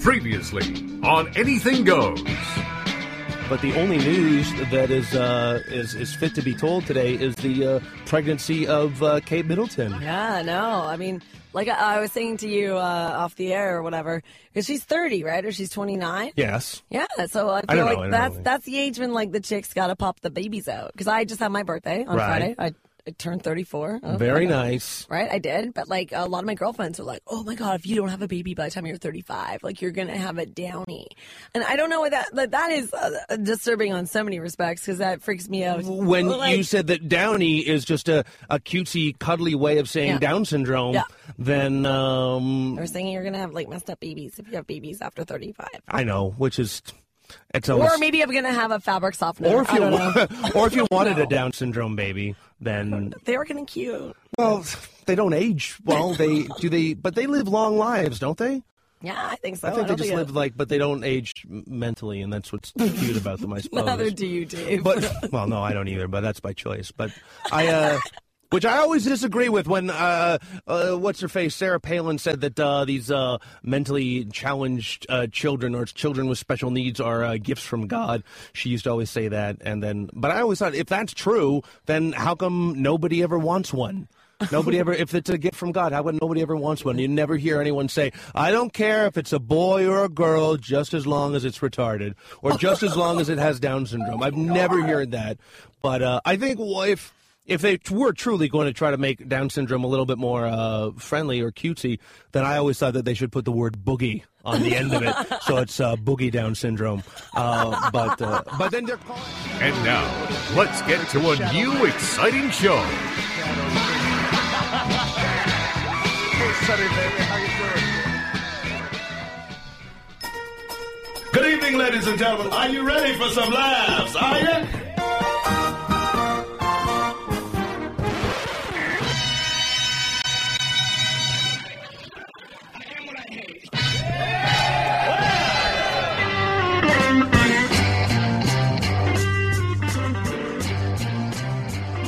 Previously on Anything Goes. But the only news that is uh, is is fit to be told today is the uh, pregnancy of uh, Kate Middleton. Yeah, no. I mean, like I, I was saying to you uh, off the air or whatever, because she's 30, right? Or she's 29? Yes. Yeah, so I feel don't know, I like don't that's really- that's the age when like the chicks gotta pop the babies out. Because I just had my birthday on Right. Friday. I, I turned 34. Oh, Very my God. nice. Right, I did, but like a lot of my girlfriends are like, "Oh my god, if you don't have a baby by the time you're 35, like you're gonna have a downy," and I don't know what that that, that is uh, disturbing on so many respects because that freaks me out. When Like- you said that Downy is just a, a cutesy, cuddly way of saying Yeah. Down syndrome, Yeah. then um, They're saying you're gonna have like messed up babies if you have babies after 35, I know, which is it's almost, or maybe I'm gonna have a fabric softener. or if I you don't know. wa- or if you wanted a Down syndrome baby, then they were getting cute. well, they don't age well. They do they, but they live long lives, don't they? Yeah, I think so. I think don't they just it- live like, but they don't age m- mentally, and that's what's cute about them, I suppose. Neither do you, Dave. Oh, But well, no, I don't either. But that's by choice. But I, uh, which I always disagree with when uh, uh, what's her face Sarah Palin said that uh, these uh, mentally challenged uh, children or children with special needs are uh, gifts from God. She used to always say that, and then but I always thought if that's true, then how come nobody ever wants one? Nobody ever, if it's a gift from God, how come nobody ever wants one? You never hear anyone say, I don't care if it's a boy or a girl, just as long as it's retarded, or just as long as it has Down syndrome. I've never heard that. But uh, I think well, if, if they were truly going to try to make Down syndrome a little bit more uh, friendly or cutesy, then I always thought that they should put the word boogie on the end of it. so it's uh, boogie Down syndrome. Uh, but, uh, but then they're calling. And now, let's get to a new exciting show. Good evening, ladies and gentlemen. Are you ready for some laughs? Are you?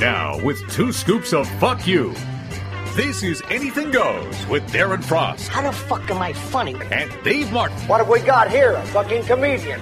Now, with two scoops of fuck you, this is Anything Goes with Darren Frost How the fuck am I funny? and Dave Martin. What have we got here? A fucking comedian.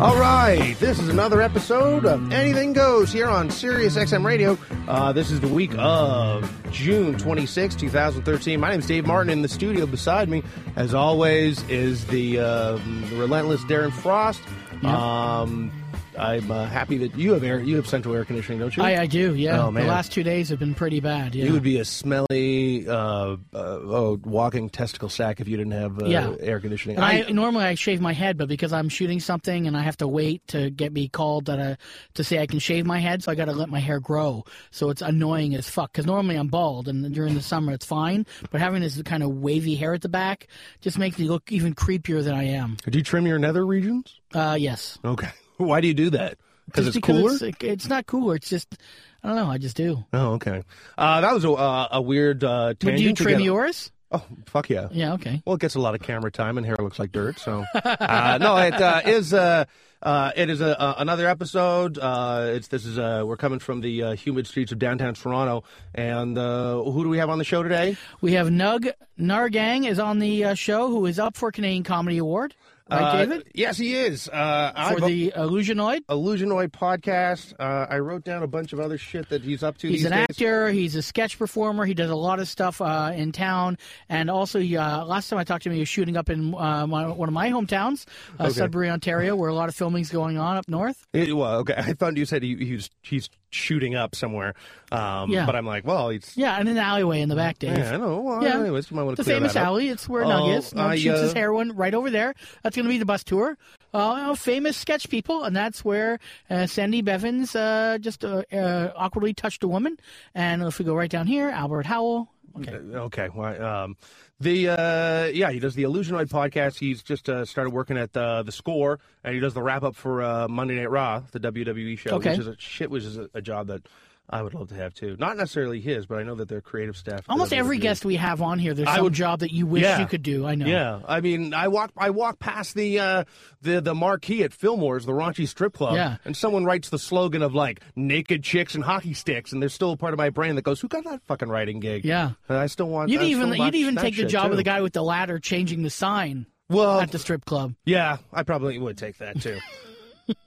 All right, this is another episode of Anything Goes here on Sirius XM Radio. Uh, this is the week of June 26, 2013. My name is Dave Martin. In the studio beside me, as always, is the, um, the relentless Darren Frost. Um, I'm uh, happy that you have air. You have central air conditioning, don't you? I, I do, yeah. Oh, man. The last two days have been pretty bad. Yeah. You would be a smelly, uh, uh, oh, walking testicle sack if you didn't have uh, Yeah. air conditioning. and I, normally I shave my head, but because I'm shooting something and I have to wait to get me called that I, to say I can shave my head, so I got to let my hair grow. So it's annoying as fuck. Because normally I'm bald, and during the summer it's fine. But having this kind of wavy hair at the back just makes me look even creepier than I am. do you trim your nether regions? Uh, yes, Okay. Why do you do that? Because it's Just cooler. It's, it's not cooler. It's just I don't know. I just do. Oh, okay. Uh, that was a, uh, a weird uh, tangent. But do you to trim get- yours? Oh, fuck yeah. Yeah. Okay. Well, it gets a lot of camera time, and hair looks like dirt. So, uh, no, it uh, is. Uh, uh, it is a, a, another episode. Uh, it's this is uh, we're coming from the uh, humid streets of downtown Toronto, and uh, who do we have on the show today? We have Nug Nargang is on the uh, show, who is up for Canadian Comedy Award. Right, Uh, David? Yes, he is. Uh, I for the Illusionoid. Illusionoid podcast. Uh, I wrote down a bunch of other shit that he's up to. He's these an days. actor. He's a sketch performer. He does a lot of stuff uh, in town, and also he, uh, last time I talked to him, he was shooting up in uh, my, one of my hometowns, uh, Sudbury, Ontario, where a lot of filming's going on up north. It, well, okay. I thought you said he, he was he's shooting up somewhere. Um, Yeah. But I'm like, well, it's Yeah, and an alleyway in the back, Dave. yeah, I don't know. Well, Yeah. anyways, you might want to The clear famous that up. alley. It's where Oh, Nug is. Nug I, shoots his uh, heroin right over there. That's going to be the bus tour. Uh, famous sketch people, and that's where uh, Sandy Bevins uh, just uh, uh, awkwardly touched a woman. And if we go right down here, Albert Howell. Okay. Okay. Well, um, the uh, yeah, he does the Illusionoid podcast. He's just uh, started working at the the Score, and he does the wrap up for uh, Monday Night Raw, the WWE show, Okay. which is a shit, which is a, a job that I would love to have too. Not necessarily his, but I know that their creative staff. Almost does every do. guest we have on here, there's I some would- job that you wish Yeah. you could do. I know. Yeah, I mean, I walk I walk past the uh, the the marquee at Fillmore's, the raunchy strip club, Yeah. and someone writes the slogan of like naked chicks and hockey sticks, and there's still a part of my brain that goes, "Who got that fucking writing gig?" Yeah. and I still want. You'd I still even you'd watch even that take the shit, job of too. Oh. the guy with the ladder changing the sign Well, at the strip club. yeah, I probably would take that too.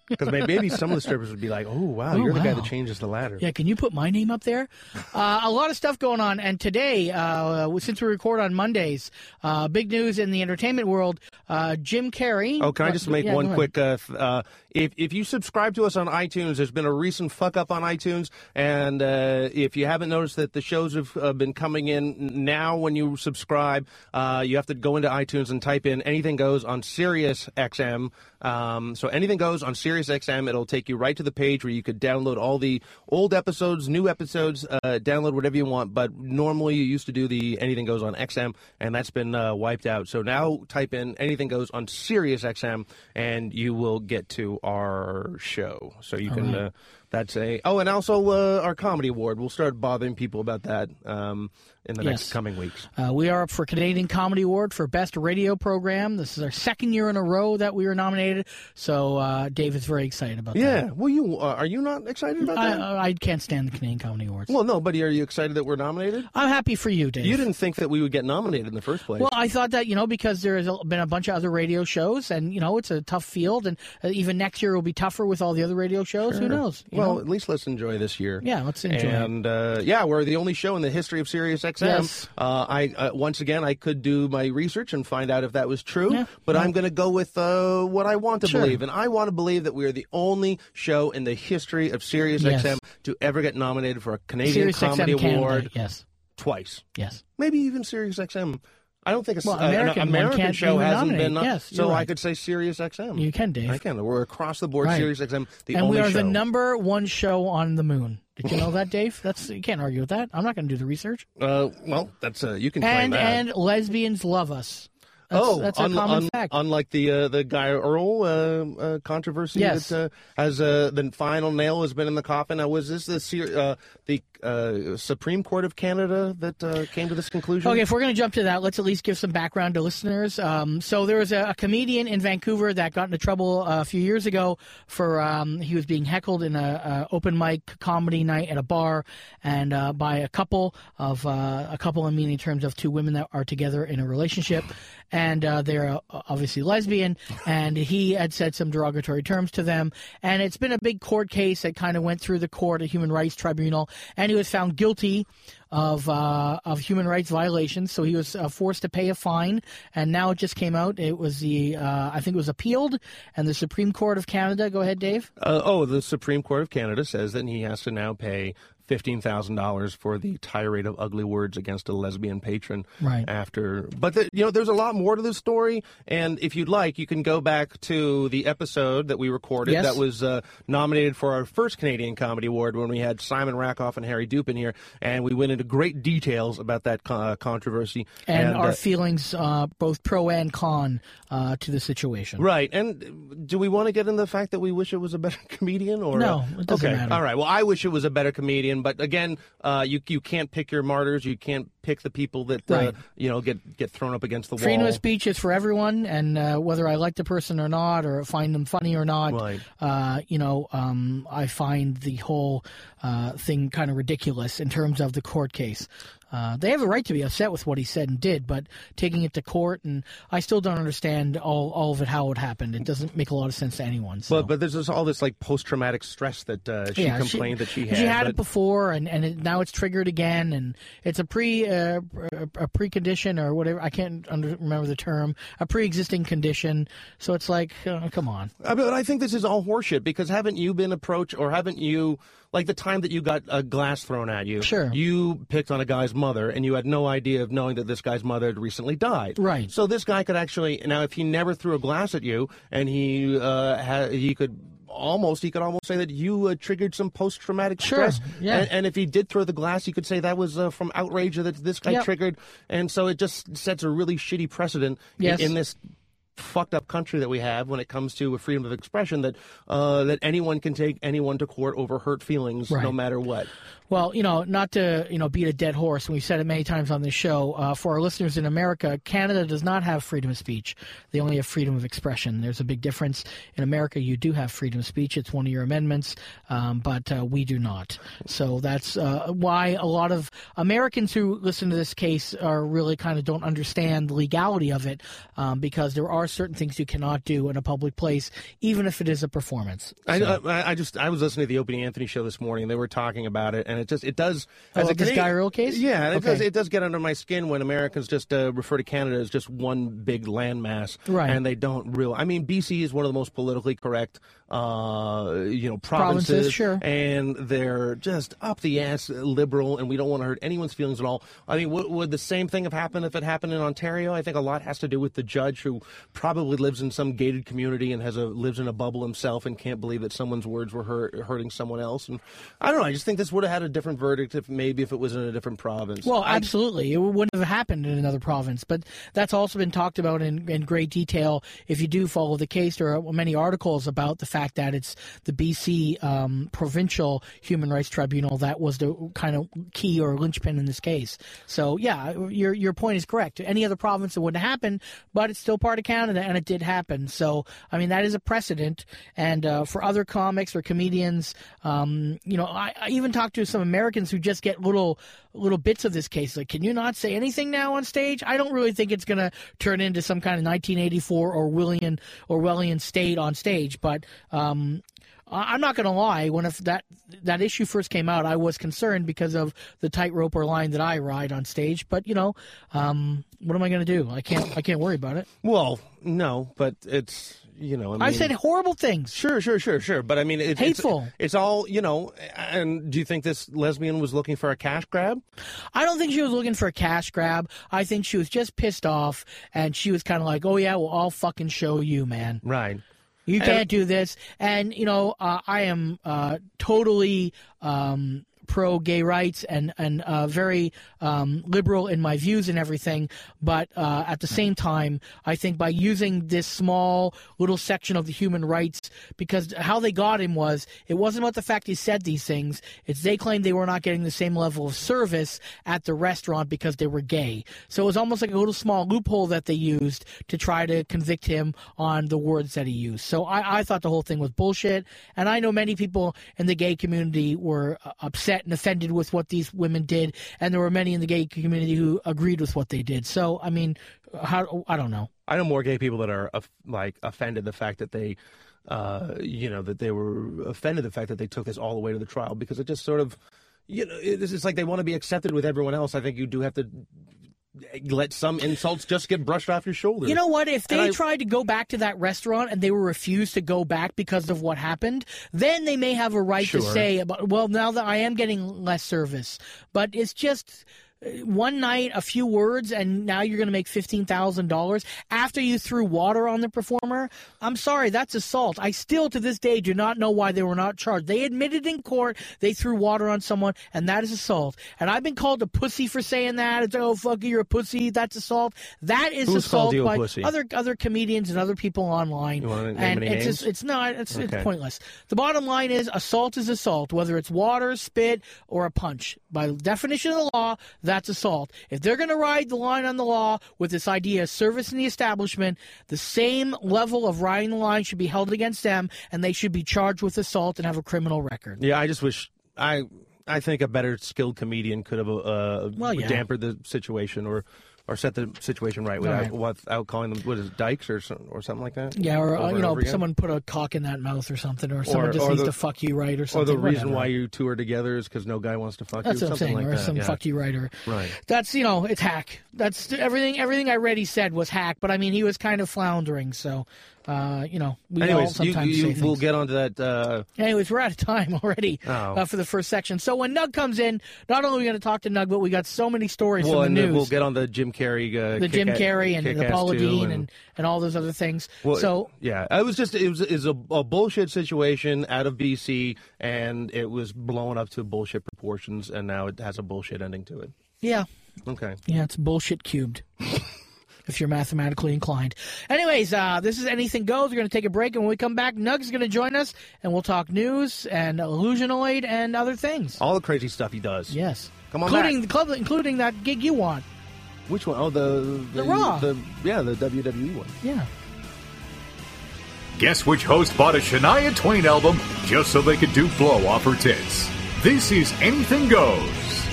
Because maybe some of the strippers would be like, "Oh wow, Oh, you're the guy wow. that changes the ladder." Yeah, can you put my name up there? Uh, a lot of stuff going on, and today, uh, since we record on Mondays, uh, big news in the entertainment world: uh, Jim Carrey. Oh, can I Uh, just make yeah, go one ahead. quick? Uh, th- uh, if if you subscribe to us on iTunes, there's been a recent fuck up on iTunes, and uh, if you haven't noticed that the shows have uh, been coming in now when you subscribe, uh, you have to go into iTunes and type in anything goes on Sirius XM. Um, so anything goes on Sirius XM. It'll take you right to the page where you could download all the old episodes, new episodes, uh, download whatever you want. But normally you used to do the anything goes on XM, and that's been uh, wiped out. So now type in anything goes on Sirius XM, and you will get to our show. So you can. Uh, that's a oh, and also uh, our comedy award. We'll start bothering people about that um, in the next Yes. coming weeks. Uh, we are up for Canadian Comedy Award for Best Radio Program. This is our second year in a row that we were nominated. So uh, Dave is very excited about that. Yeah. Well, you uh, are you not excited about that? I, uh, I can't stand the Canadian Comedy Awards. well, no, but are you excited that we're nominated? I'm happy for you, Dave. You didn't think that we would get nominated in the first place. Well, I thought that you know because there has been a bunch of other radio shows, and you know it's a tough field, and uh, even next year will be tougher with all the other radio shows. Who knows? you Well, know? at least let's enjoy this year. Yeah, let's enjoy it. And uh, yeah, we're the only show in the history of Sirius XM. Yes. Uh, I uh, once again I could do my research and find out if that was true, Yeah, but I'm going to go with uh, what I want to Sure. believe, and I want to believe that we are the only show in the history of Sirius Yes. XM to ever get nominated for a Canadian Sirius Comedy XM Canada, Award Yes, twice, yes. maybe even Sirius XM. I don't think a, uh, Well, an American one American can't show even hasn't nominate. been. nom- Yes, so you're I right. could say Sirius XM. You can, Dave. I can. We're across the board Right. Sirius XM, the and only we are show. the number one show on the moon. Did you know that, Dave? That's you can't argue with that. I'm not going to do the research. Uh, well, that's uh, you can claim And that. and lesbians love us. That's, oh, that's un- a common un- fact. unlike the uh, the guy Earl uh, uh, controversy Yes. that uh, has uh, the final nail has been in the coffin. Now, was this the ser- uh, the uh, Supreme Court of Canada that uh, came to this conclusion? Okay, if we're going to jump to that, let's at least give some background to listeners. Um, so there was a, a comedian in Vancouver that got into trouble uh, a few years ago for um, he was being heckled in a, a open mic comedy night at a bar, and uh, by a couple of uh, a couple, I mean in terms of two women that are together in a relationship, and uh, they're uh, obviously lesbian, and he had said some derogatory terms to them, and it's been a big court case that kind of went through the court, a human rights tribunal, and he was found guilty of uh, of human rights violations. So he was uh, forced to pay a fine, and now it just came out. It was the uh, I think it was appealed, and the Supreme Court of Canada. Go ahead, Dave. Uh, oh, the Supreme Court of Canada says that he has to now pay fifteen thousand dollars for the tirade of ugly words against a lesbian patron. Right. After, but the, you know, there's a lot more to this story, and if you'd like, you can go back to the episode that we recorded Yes. that was uh, nominated for our first Canadian Comedy Award when we had Simon Rakoff and Harry Dupin here, and we went into great details about that co- uh, controversy And, our uh, feelings, uh, both pro and con, uh, to the situation. Right, and do we want to get into the fact that we wish it was a better comedian, or No, it doesn't okay. matter. All right, well, I wish it was a better comedian, but again, uh, you you can't pick your martyrs, you can't pick the people that uh, Right. you know get get thrown up against the Freedom wall. of speech is for everyone, and uh, whether I like the person or not, or find them funny or not, Right. uh, you know, um, I find the whole uh, thing kind of ridiculous in terms of the court case. Uh, they have a right to be upset with what he said and did, but taking it to court, and I still don't understand all, all of it, how it happened. It doesn't make a lot of sense to anyone. So. But but there's this, all this like post traumatic stress that uh, she complained that she had. She had but- it before, and and it, now it's triggered again, and it's a pre uh, a a precondition or whatever. I can't under, remember the term. A pre-existing condition. So it's like, uh, come on. I, but I think this is all horseshit because haven't you been approached or haven't you, like the time that you got a glass thrown at you? Sure. You picked on a guy's mother and you had no idea of knowing that this guy's mother had recently died. Right. So this guy could actually now, if he never threw a glass at you and he uh, ha- he could. Almost, he could almost say that you uh, triggered some post-traumatic Sure, stress. yeah. And, and if he did throw the glass, he could say that was uh, from outrage that this guy Yep. triggered. And so it just sets a really shitty precedent in- Yes. in, this fucked up country that we have when it comes to freedom of expression that uh, that anyone can take anyone to court over hurt feelings no Right. matter what. Well, you know, not to you know beat a dead horse, and we've said it many times on this show. Uh, for our listeners in America, Canada does not have freedom of speech; they only have freedom of expression. There's a big difference. In America, you do have freedom of speech; it's one of your amendments, um, but uh, we do not. So that's uh, why a lot of Americans who listen to this case are really kind of don't understand the legality of it, um, because there are certain things you cannot do in a public place, even if it is a performance. I, I, I just I was listening to the Opie and Anthony show this morning. They were talking about it, and it just it does Oh, this Canadian- Guy Rule case? Yeah, and it Okay. does it does get under my skin when Americans just uh, refer to Canada as just one big landmass, Right. And they don't real. I mean, BC is one of the most politically correct, uh, you know, provinces, Provinces, sure. and they're just up the ass liberal, and we don't want to hurt anyone's feelings at all. I mean, would, would the same thing have happened if it happened in Ontario? I think a lot has to do with the judge who probably lives in some gated community and has a lives in a bubble himself and can't believe that someone's words were hurt, hurting someone else. And I don't know. I just think this would have had a different verdict if maybe if it was in a different province. Well, absolutely. It wouldn't have happened in another province, but that's also been talked about in, in great detail. If you do follow the case, there are many articles about the fact that it's the BC um, Provincial Human Rights Tribunal that was the kind of key or linchpin in this case. So, yeah, your, your point is correct. Any other province, it wouldn't happen, but it's still part of Canada, and it did happen. So, I mean, that is a precedent. And uh, for other comics or comedians, um, you know, I, I even talked to some Americans who just get little little bits of this case. Like, can you not say anything now on stage? I don't really think it's going to turn into some kind of 1984 Orwellian Orwellian state on stage. But um, I- I'm not going to lie. When if that that issue first came out, I was concerned because of the tightrope or line that I ride on stage. But you know, um, what am I going to do? I can't. I can't worry about it. well, no, but it's you know. I, mean, I said horrible things. Sure, sure, sure, sure. But I mean, it, Hateful. It's, it's all you know. And do you think this lesbian was looking for a cash grab? I don't think she was looking for a cash grab. I think she was just pissed off, and she was kind of like, "Oh yeah, well I'll fucking show you, man. Right. You can't do this." And you know, uh, I am uh, totally um, pro gay rights and and uh, very um, liberal in my views and everything. But uh, at the same time, I think by using this small little section of the human rights, because how they got him was it wasn't about the fact he said these things. It's they claimed they were not getting the same level of service at the restaurant because they were gay. So it was almost like a little small loophole that they used to try to convict him on the words that he used. So I, I thought the whole thing was bullshit. And I know many people in the gay community were uh, upset and offended with what these women did. And there were many in the gay community who agreed with what they did. So, I mean, how, I don't know. I know more gay people that are of- like offended the fact that they, uh, you know, that they were offended the fact that they took this all the way to the trial because it just sort of, you know, it- it's like they want to be accepted with everyone else. I think you do have to eh, let some insults just get brushed off your shoulders. You know what? If they I- tried to go back to that restaurant and they were refused to go back because of what happened, then they may have a right to Sure. say, about, well, now that I am getting less service. But it's just uh, one night, a few words, and now you're going to make $15,000 after you threw water on the performer. I'm sorry, that's assault. I still, to this day, do not know why they were not charged. They admitted in court they threw water on someone, and that is assault. And I've been called a pussy for saying that. It's, oh, fuck you, you're a pussy. That's assault. That is Who's called assault you a by pussy? other other comedians and other people online. wanna name and any it's just names? it's not it's, Okay. it's pointless. The bottom line is assault is assault, whether it's water, spit, or a punch. By definition of the law, that's assault. If they're going to ride the line on the law with this idea of service in the establishment, the same level of riding the line should be held against them, and they should be charged with assault and have a criminal record. Yeah, I just wish I. I think a better skilled comedian could have uh, Well, yeah. dampered the situation or. Or set the situation right without, Right. without calling them what is it, dykes or some, or something like that. Yeah, or Over uh, you and know, over again. someone put a cock in that mouth or something, or someone just or needs the- to fuck you right or Or something. the reason whatever. why you two are together is because no guy wants to fuck That's you. what I'm something saying, like or that. some yeah. fuck you writer. Right. That's you know, it's hack. That's everything. Everything I read he said was hack, but I mean he was kind of floundering. So, uh, you know, we all Anyways, you, sometimes you, say things. we'll get onto that. Uh, Anyways, we're out of time already Oh. uh, for the first section. So when Nug comes in, not only are we going to talk to Nug, but we got so many stories well, from and the then news, we'll get on the Jim Carrey. Uh, the Jim Kick-Ass- Carrey and the Kick-Ass Paula 2 Dean and, and, all those other things. Well, so yeah, I was just it was is a, a bullshit situation out of BC, and it was blown up to bullshit proportions, and now it has a bullshit ending to it. yeah, Okay, yeah, it's bullshit cubed. if you're mathematically inclined. Anyways, uh, this is Anything Goes. We're going to take a break, and when we come back, Nugs is going to join us, and we'll talk news and Illusionoid and other things. All the crazy stuff he does. Yes. Come on including back. the club, including that gig you want. Which one? Oh, the The Raw. the yeah, the WWE one. Yeah. Guess which host bought a Shania Twain album just so they could do blow off her tits? This is Anything Goes.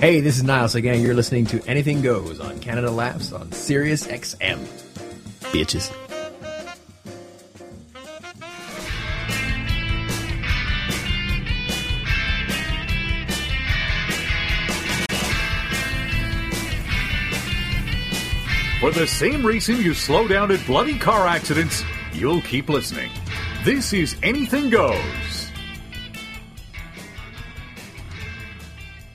Hey, this is Niles again. You're listening to Anything Goes on Canada Laughs on Sirius XM. Bitches. For the same reason you slow down at bloody car accidents, you'll keep listening. This is Anything Goes.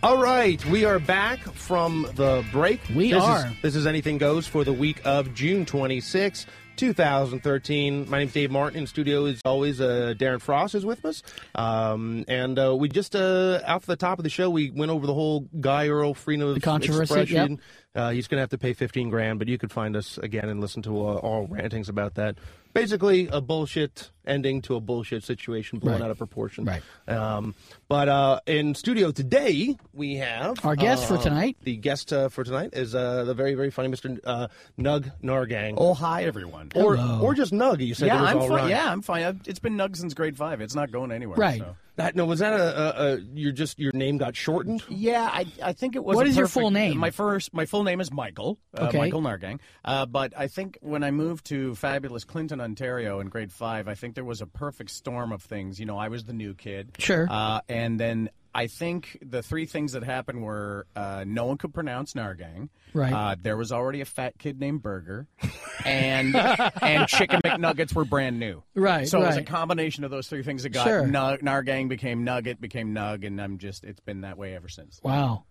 All right, we are back from the break. We this are. Is, this is Anything Goes for the week of June 26, 2013. My name's Dave Martin. In studio, as always, uh, Darren Frost is with us. Um, and uh, we just, uh, off the top of the show, we went over the whole Guy Earl freedom of controversy, expression. Uh, he's going to have to pay 15 grand, but you could find us again and listen to uh, all rantings about that. Basically, a bullshit ending to a bullshit situation blown Right. out of proportion. Right. Um, but uh, in studio today, we have Our guest for uh, tonight. The guest uh, for tonight is uh, the very, very funny Mr. Uh, Nug Nargang, Oh, hi, everyone. or or just Nug. You said it yeah, was I'm all fine. right. Yeah, I'm fine. I've, it's been Nug since grade five. It's not going anywhere. Right. so. That, no, was that a, a, a your just your name got shortened? Yeah, I, I think it was. What a is your perfect- full name? My first, my full name is Michael. Uh, Okay. Michael Nargang. Uh, but I think when I moved to fabulous Clinton, Ontario, in grade five, I think there was a perfect storm of things. You know, I was the new kid. Sure. Uh, and then. I think the three things that happened were uh, no one could pronounce Nargang. Right. Uh, there was already a fat kid named Burger, and and chicken McNuggets were brand new. Right, So it was a right. combination of those three things that got Sure. Nu- Nargang became Nugget became Nug, and I'm just it's been that way ever since. Wow.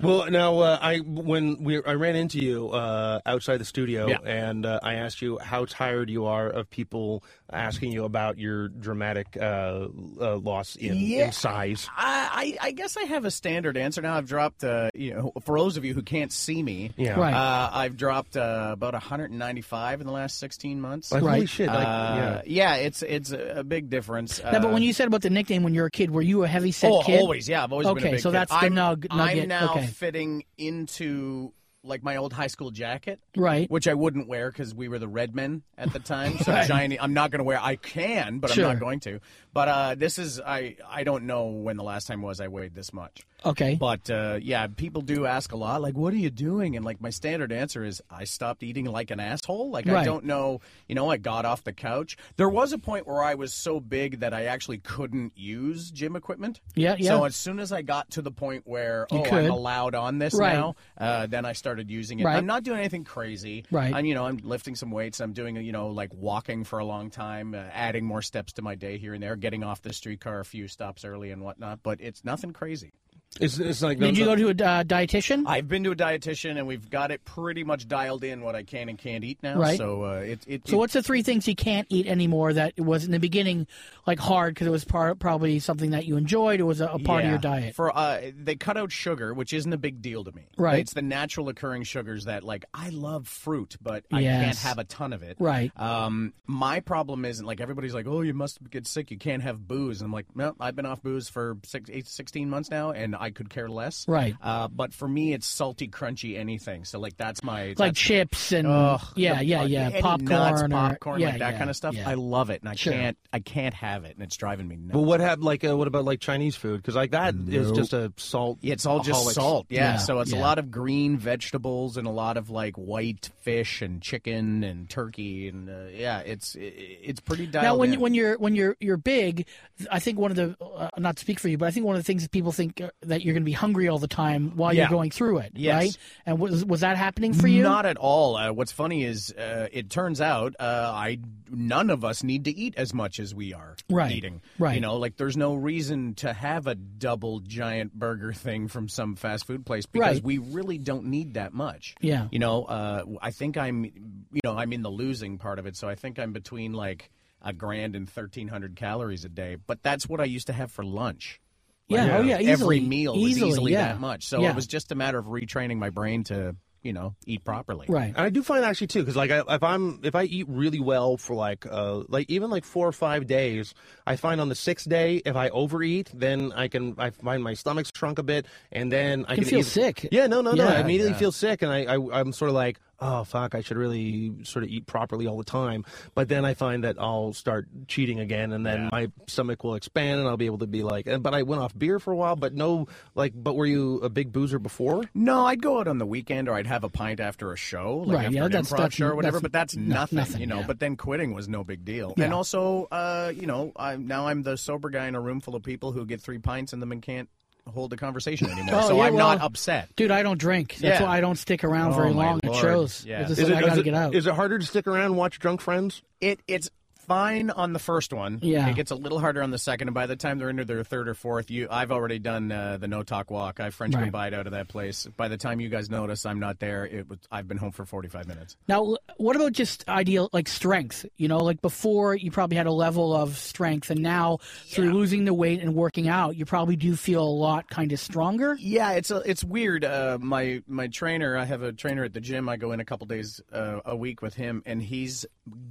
Well, now uh, I when we I ran into you uh, outside the studio Yeah. and uh, I asked you how tired you are of people asking you about your dramatic uh, uh, loss in, in size. I, I I guess I have a standard answer now. I've dropped, uh, you know, for those of you who can't see me, Yeah. Right. uh, I've dropped uh, about 195 in the last 16 months. Like, Holy Right. shit! like, Uh, yeah. yeah. it's it's a a big difference. Now, but when you said about the nickname when you were a kid, were you a heavy set Uh, oh, kid? always, yeah, I've always been a Okay, big so kid. that's the I'm, nug- nugget, I'm now okay. fitting into like my old high school jacket. Right. which I wouldn't wear because we were the red men at the time. So shiny, I'm not going to wear. I can, but Sure. I'm not going to. But uh, this is I. I don't know when the last time was I weighed this much. Okay. But uh, yeah, people do ask a lot, like, "What are you doing?" And like, my standard answer is, "I stopped eating like an asshole." Like, Right. I don't know, you know, I got off the couch. There was a point where I was so big that I actually couldn't use gym equipment. Yeah, yeah. So as soon as I got to the point where oh, could. I'm allowed on this Right. now, uh, then I started using it. Right. I'm not doing anything crazy. Right. I'm, you know, I'm lifting some weights. I'm doing, you know, like walking for a long time, uh, adding more steps to my day here and there, getting off the streetcar a few stops early and whatnot. But it's nothing crazy. It's, it's like Did those- you go to a uh, dietitian? I've been to a dietitian and we've got it pretty much dialed in what I can and can't eat now. Right. So uh, it, it, so it- what's the three things you can't eat anymore that it was in the beginning like hard because it was part, probably something that you enjoyed or was a, a part of yeah. your diet? For uh, they cut out sugar, which isn't a big deal to me. Right. It's the natural occurring sugars that like I love fruit, but I can't Yes. have a ton of it. Right. Um, my problem isn't like everybody's like, oh, you must get sick. You can't have booze. And I'm like, no, I've been off booze for six, eight, 16 months now, and I could care less. Right. Uh, but for me, it's salty, crunchy, anything. So like that's my It's like that's- chips and Ugh, yeah, the- yeah, uh, yeah, any popcorn, nuts, or- popcorn, yeah, like that yeah, kind of stuff. yeah. I love it, and I Sure. can't, I can't have it, and it's driving me nuts. Well, what happened? Like, uh, what about like Chinese food? Because like that is just a salt. Yeah, it's all just aholic- salt. Yeah, Yeah, so it's yeah. a lot of green vegetables and a lot of like white fish and chicken and turkey and uh, yeah, it's i- it's pretty dialed Now, when in. when you're when you're you're big, I think one of the uh, not to speak for you, but I think one of the things that people think uh, that you're going to be hungry all the time while you're Yeah. going through it, Yes. right? And was was that happening for you? Not at all. Uh, what's funny is uh, it turns out uh, I none of us need to eat as much as we are Right. eating. Right. You know, like there's no reason to have a double giant burger thing from some fast food place because Right. we really don't need that much. Yeah. You know, uh, I think I'm, you know, I'm in the losing part of it, so I think I'm between like. a grand and 1,300 calories a day, but that's what I used to have for lunch. Yeah, oh yeah, easily, Every meal easily, was easily yeah. that much. So yeah. it was just a matter of retraining my brain to, you know, eat properly. right. And I do find actually too, because like I, if I'm if I eat really well for like uh like even like four or five days, I find on the sixth day if I overeat, then I can I find my stomach's shrunk a bit, and then I can can, feel eat- sick. Yeah, no, no, no. Yeah. I immediately feel sick, and I, I I'm sort of like. Oh fuck! I should really sort of eat properly all the time, but then I find that I'll start cheating again, and then my stomach will expand, and I'll be able to be like, "But I went off beer for a while, but no, like, but were you a big boozer before?" No, I'd go out on the weekend or I'd have a pint after a show, like Right, after yeah, an that's- improv that's- show or whatever, that's- but that's no- nothing, nothing, you know. yeah. But then quitting was no big deal. Yeah. And also, uh, you know, I'm, now I'm the sober guy in a room full of people who get three pints in them and can't hold a conversation anymore. Oh, so yeah, I'm not well, upset. Dude, I don't drink. That's Yeah. why I don't stick around Oh, very my long. It Lord. shows. Yeah. It's just Is like, I is gotta get out. Is it harder to stick around and watch drunk friends? It It's fine on the first one. Yeah. It gets a little harder on the second. And by the time they're into their third or fourth, you I've already done uh, the no talk walk. I French Right. goodbye out of that place. By the time you guys notice I'm not there, it was, I've been home for 45 minutes. Now, what about just ideal like strength? You know, like before you probably had a level of strength, and now through losing the weight and working out, you probably do feel a lot kind of stronger. Yeah, it's a, it's weird. Uh, my my trainer, I have a trainer at the gym. I go in a couple days uh, a week with him, and he's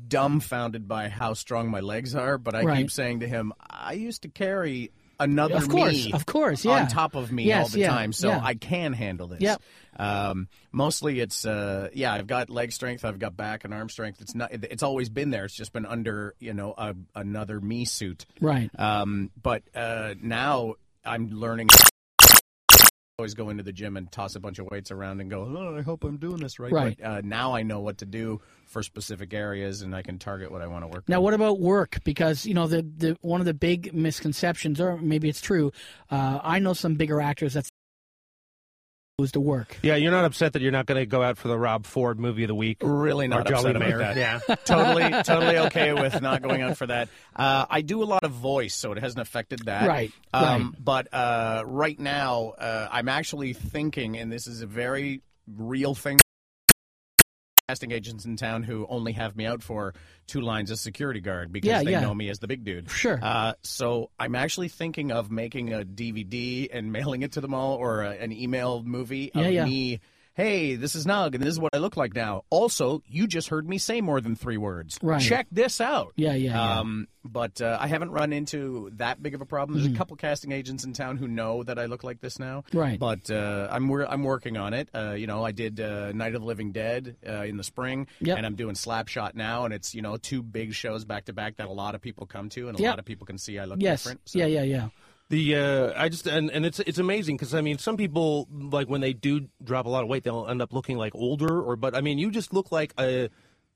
dumbfounded by how strong my legs are. But I Right. keep saying to him, I used to carry another Of course, me of course, yeah. on top of me Yes, all the yeah, time, so yeah. I can handle this. Yep. Um, mostly, it's uh, yeah, I've got leg strength, I've got back and arm strength. It's not, it's always been there. It's just been under you know a, another me suit. Right. Um, but uh, now I'm learning. Always go into the gym and toss a bunch of weights around and go. Oh, I hope I'm doing this right. Right. But, uh, now I know what to do for specific areas, and I can target what I want to work. Now, on. what about work? Because you know the the one of the big misconceptions, or maybe it's true. Uh, I know some bigger actors that goes to work. Yeah, you're not upset that you're not going to go out for the Rob Ford movie of the week. Really not or Jolly upset about Mayor. that. Yeah. totally, totally okay with not going out for that. Uh, I do a lot of voice, so it hasn't affected that. Right, Um, But uh, right now, uh, I'm actually thinking, and this is a very real thing. Casting agents in town who only have me out for two lines as security guard because Yeah, they yeah. know me as the big dude. Sure. Uh, so I'm actually thinking of making a DVD and mailing it to them all, or a, an email movie of Yeah, yeah. me. Hey, this is Nog, and this is what I look like now. Also, you just heard me say more than three words. Right. Check this out. Yeah, yeah, yeah. Um, but uh, I haven't run into that big of a problem. Mm-hmm. There's a couple casting agents in town who know that I look like this now. Right. But uh, I'm wor- I'm working on it. Uh, you know, I did uh, Night of the Living Dead uh, in the spring, Yep. and I'm doing Slapshot now, and it's you know two big shows back to back that a lot of people come to, and a Yep. lot of people can see I look Yes. different. Yeah, yeah, yeah. The uh, I just and, and it's it's amazing because I mean some people like when they do drop a lot of weight they'll end up looking like older or but I mean you just look like a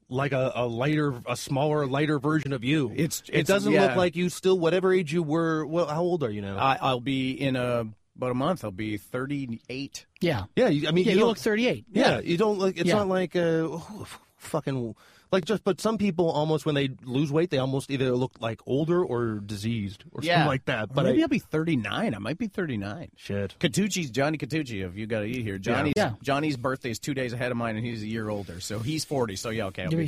like a, a lighter a smaller lighter version of you. It's- it it's- doesn't look yeah. like you still whatever age you were. Well, how old are you now? I, I'll be in a about a month. I'll be 38. Yeah. yeah, you, I mean Yeah, you don't- look 38. Yeah, you don't like. It's Yeah. not like uh, f- fucking like just. But some people almost when they lose weight, they almost either look like older or diseased or something like that. But maybe I, will be 39. I might be 39. shit. Catucci's Johnny Catucci. If you got to eat here, Johnny's Yeah. Johnny's birthday is two days ahead of mine, and he's a year older, so he's 40. So yeah, okay, I'll You'll be be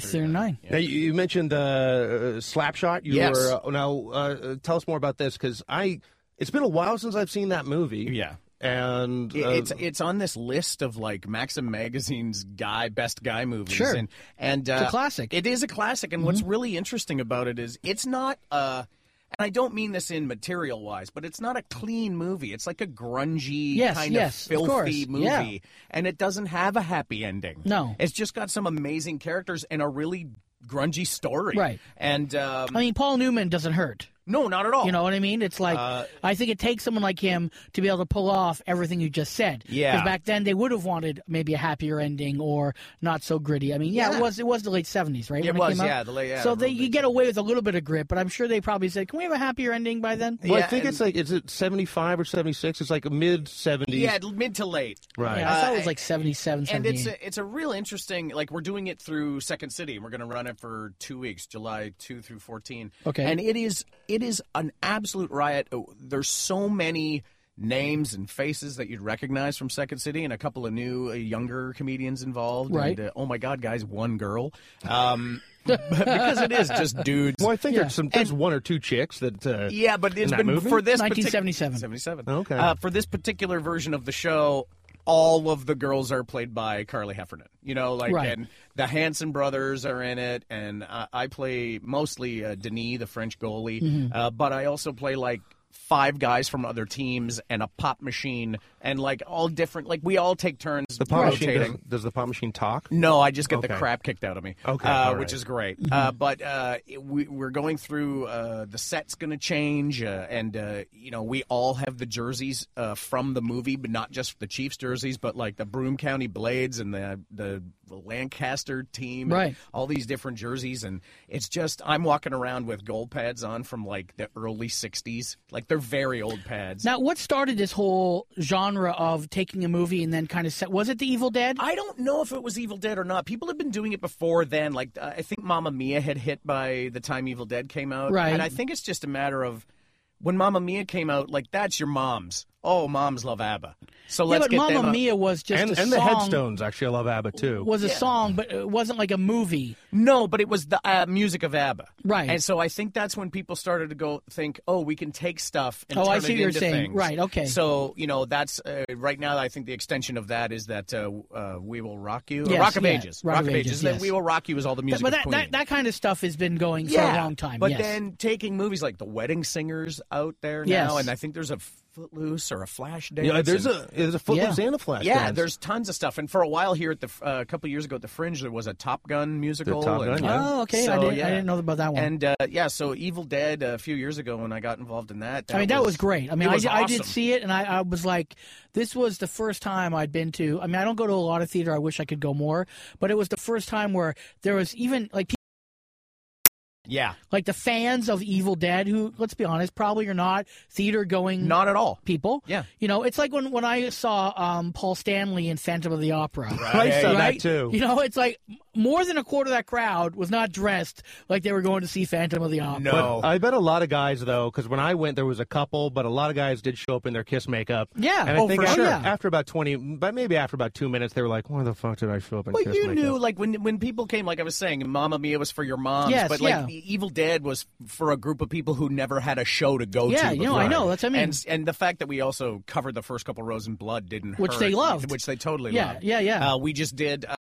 39. 39. Now you, you mentioned uh, uh, Slapshot. You Yes. were uh, now. Uh, tell us more about this because I. It's been a while since I've seen that movie. Yeah. and It- uh, it's it's on this list of like Maxim magazine's guy best guy movies. Sure. and and uh, a classic. Mm-hmm. It is a classic, and what's really interesting about it is it's not. Uh, and I don't mean this in material wise, but it's not a clean movie. It's like a grungy Yes, kind yes, of of filthy course. movie, Yeah. and it doesn't have a happy ending. No. it's just got some amazing characters and a really grungy story. Right. and um, I mean, Paul Newman doesn't hurt. no, not at all. You know what I mean? It's like Uh, I think it takes someone like him to be able to pull off everything you just said. Yeah. Because back then they would have wanted maybe a happier ending or not so gritty. I mean, yeah, it Yeah. was it was the late seventies, right? It when was, came out? yeah, the late- yeah, so they early you get away with a little bit of grit, but I'm sure they probably said, "Can we have a happier ending by then?" Well, I yeah, think and- it's like is it seventy five or seventy six? It's like mid seventies. yeah, mid to late. right. Yeah, I thought it was Uh, like 77, and it's 78. a, it's a real interesting like we're doing it through second city and we're going to run it for two weeks july 2 through 14 Okay. and it is it is an absolute riot Oh, there's so many names and faces that you'd recognize from second city and a couple of new uh, younger comedians involved Right. and, uh, oh my god guys one girl um because it is just dudes. Well, I think there's some there's one or two chicks that. Uh, Yeah, but it's that been movie? for this partic- 1977. 77. Okay. Uh, for this particular version of the show, all of the girls are played by Carly Heffernan. You know, like Right. and the Hanson brothers are in it, and I, I play mostly uh, Denis, the French goalie, uh, but I also play like five guys from other teams and a pop machine and like all different. Like we all take turns the pop machine rotating. does, does the pop machine talk? No, I just get the Okay. crap kicked out of me. Okay, uh, all which right. Mm-hmm. is great. Uh, but uh, it- we, we're going through uh, the set's going to change, uh, and uh, you know we all have the jerseys uh, from the movie, but not just the Chiefs jerseys, but like the Broome County Blades and the the Lancaster team, and Right. all these different jerseys, and it's just I'm walking around with gold pads on from like the early '60s, like they're very old pads. Now, what started this whole genre of taking a movie and then kind of set? Was it The Evil Dead? I don't know if it was Evil Dead or not. People had been doing it before then. Like uh, I think Mamma Mia had hit by the time Evil Dead came out, Right. And I think it's just a matter of when Mamma Mia came out. Like that's your mom's. Oh, moms love ABBA. So yeah, let's but get them Mamma on- Mia was just And, a and the song. headstones actually, I love ABBA too. was a song, but it wasn't like a movie. No, but it was the uh, music of ABBA, Right. And so I think that's when people started to go think, oh, we can take stuff and Oh, turn I see it what you're into saying. things. Right, okay. So you know that's uh, right now. I think the extension of that is that uh, uh, we will rock you, Yes, Rock of yeah, Ages, Rock of Ages, Then yes. we will rock you is all the music. but of that, Queen. that that kind of stuff has been going for a long time. But yes. then taking movies like The Wedding Singers out there Yes. now, and I think there's a Footloose or a Flash Dance. yeah, there's and- a there's a Footloose Yeah. and a Flash. yeah, dance. there's tons of stuff. And for a while here at the uh, a couple years ago at the Fringe, there was a Top Gun musical. Top and- Gun, yeah. oh, okay, I, So, didn't, yeah. I didn't know about that one. And uh, yeah, so Evil Dead a few years ago when I got involved in that. I mean, that was great. I mean, it I, was did- I did awesome. see it, and I, I was like, this was the first time I'd been to. I mean, I don't go to a lot of theater. I wish I could go more, but it was the first time where there was even like people, Yeah, like the fans of Evil Dead, who let's be honest, probably are not theater going not at all. people. Yeah. you know, it's like when when I saw um, Paul Stanley in Phantom of the Opera. I saw Right? that too. You know, it's like m- more than a quarter of that crowd was not dressed like they were going to see Phantom of the Opera. No. I bet a lot of guys though, because when I went, there was a couple, but a lot of guys did show up in their kiss makeup. Yeah. and I Oh, think for after, sure. after about twenty, but maybe after about two minutes, they were like, "Why the fuck did I show up in But kiss you makeup?" knew, like when when people came, like I was saying, Mamma Mia was for your moms, Yes, but yeah. like the Evil Dead was for a group of people who never had a show to go Yeah, to. you know, I before. know, that's what I mean. And, and the fact that we also covered the first couple rows in blood didn't, Which hurt, they loved. which they totally Yeah, loved. yeah, yeah. Uh, we just did. Uh,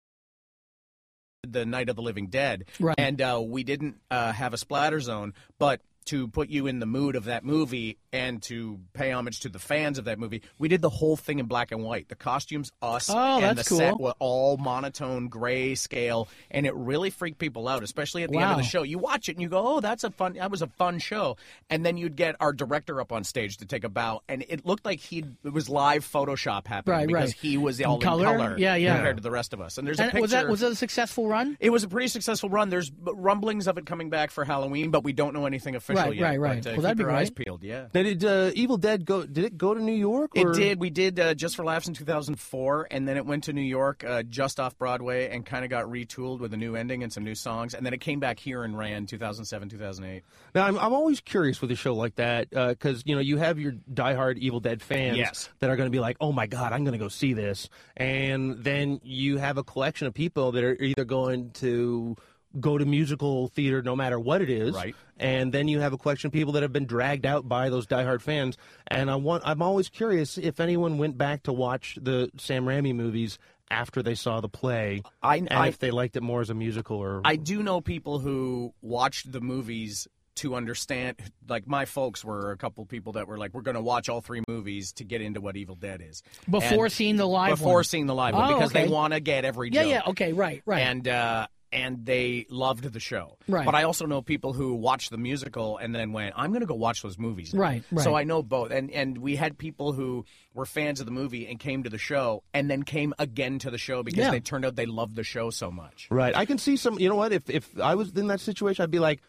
the Night of the Living Dead, Right. and uh, we didn't uh, have a splatter zone, but to put you in the mood of that movie and to pay homage to the fans of that movie, we did the whole thing in black and white. The costumes, us, Oh, and that's the set cool. were all monotone gray scale and it really freaked people out especially at the end of Wow. the show you watch it and you go oh that's a fun that was a fun show and then you'd get our director up on stage to take a bow and it looked like he it was live photoshop happening Right, because right. he was In all color? Yeah, yeah. compared to the rest of us and there's a And picture was that was that a successful run? it was a pretty successful run. There's b- rumblings of it coming back for Halloween, but we don't know anything official Right, yet. right, right. But, uh, Well, that'd keep be your eyes great. peeled, yeah. Now, did uh, Evil Dead go? Did it go to New York? Or? It did. We did uh, Just for Laughs in 2004, and then it went to New York uh, just off Broadway and kind of got retooled with a new ending and some new songs. And then it came back here and ran 2007, 2008. Now, I'm, I'm always curious with a show like that because you know you have your diehard Evil Dead fans Yes. that are going to be like, "Oh my god, I'm going to go see this," and then you have a collection of people that are either going to go to musical theater no matter what it is, Right. And then you have a collection of people that have been dragged out by those diehard fans. And I want, I'm always curious if anyone went back to watch the Sam Raimi movies after they saw the play, I- and I- if they liked it more as a musical or I do know people who watched the movies to understand. Like, my folks were a couple people that were like, we're going to watch all three movies to get into what Evil Dead is. Before And- seeing the live Before one. seeing the live one, Oh, because they okay. want to get every Yeah, joke. yeah, okay, right, right. and uh, and they loved the show. Right. But I also know people who watched the musical and then went, "I'm going to go watch those movies." now." Right, right. So I know both, and and we had people who were fans of the movie and came to the show and then came again to the show because Yeah. they turned out they loved the show so much. Right. I can see some. You know what? If if I was in that situation, I'd be like,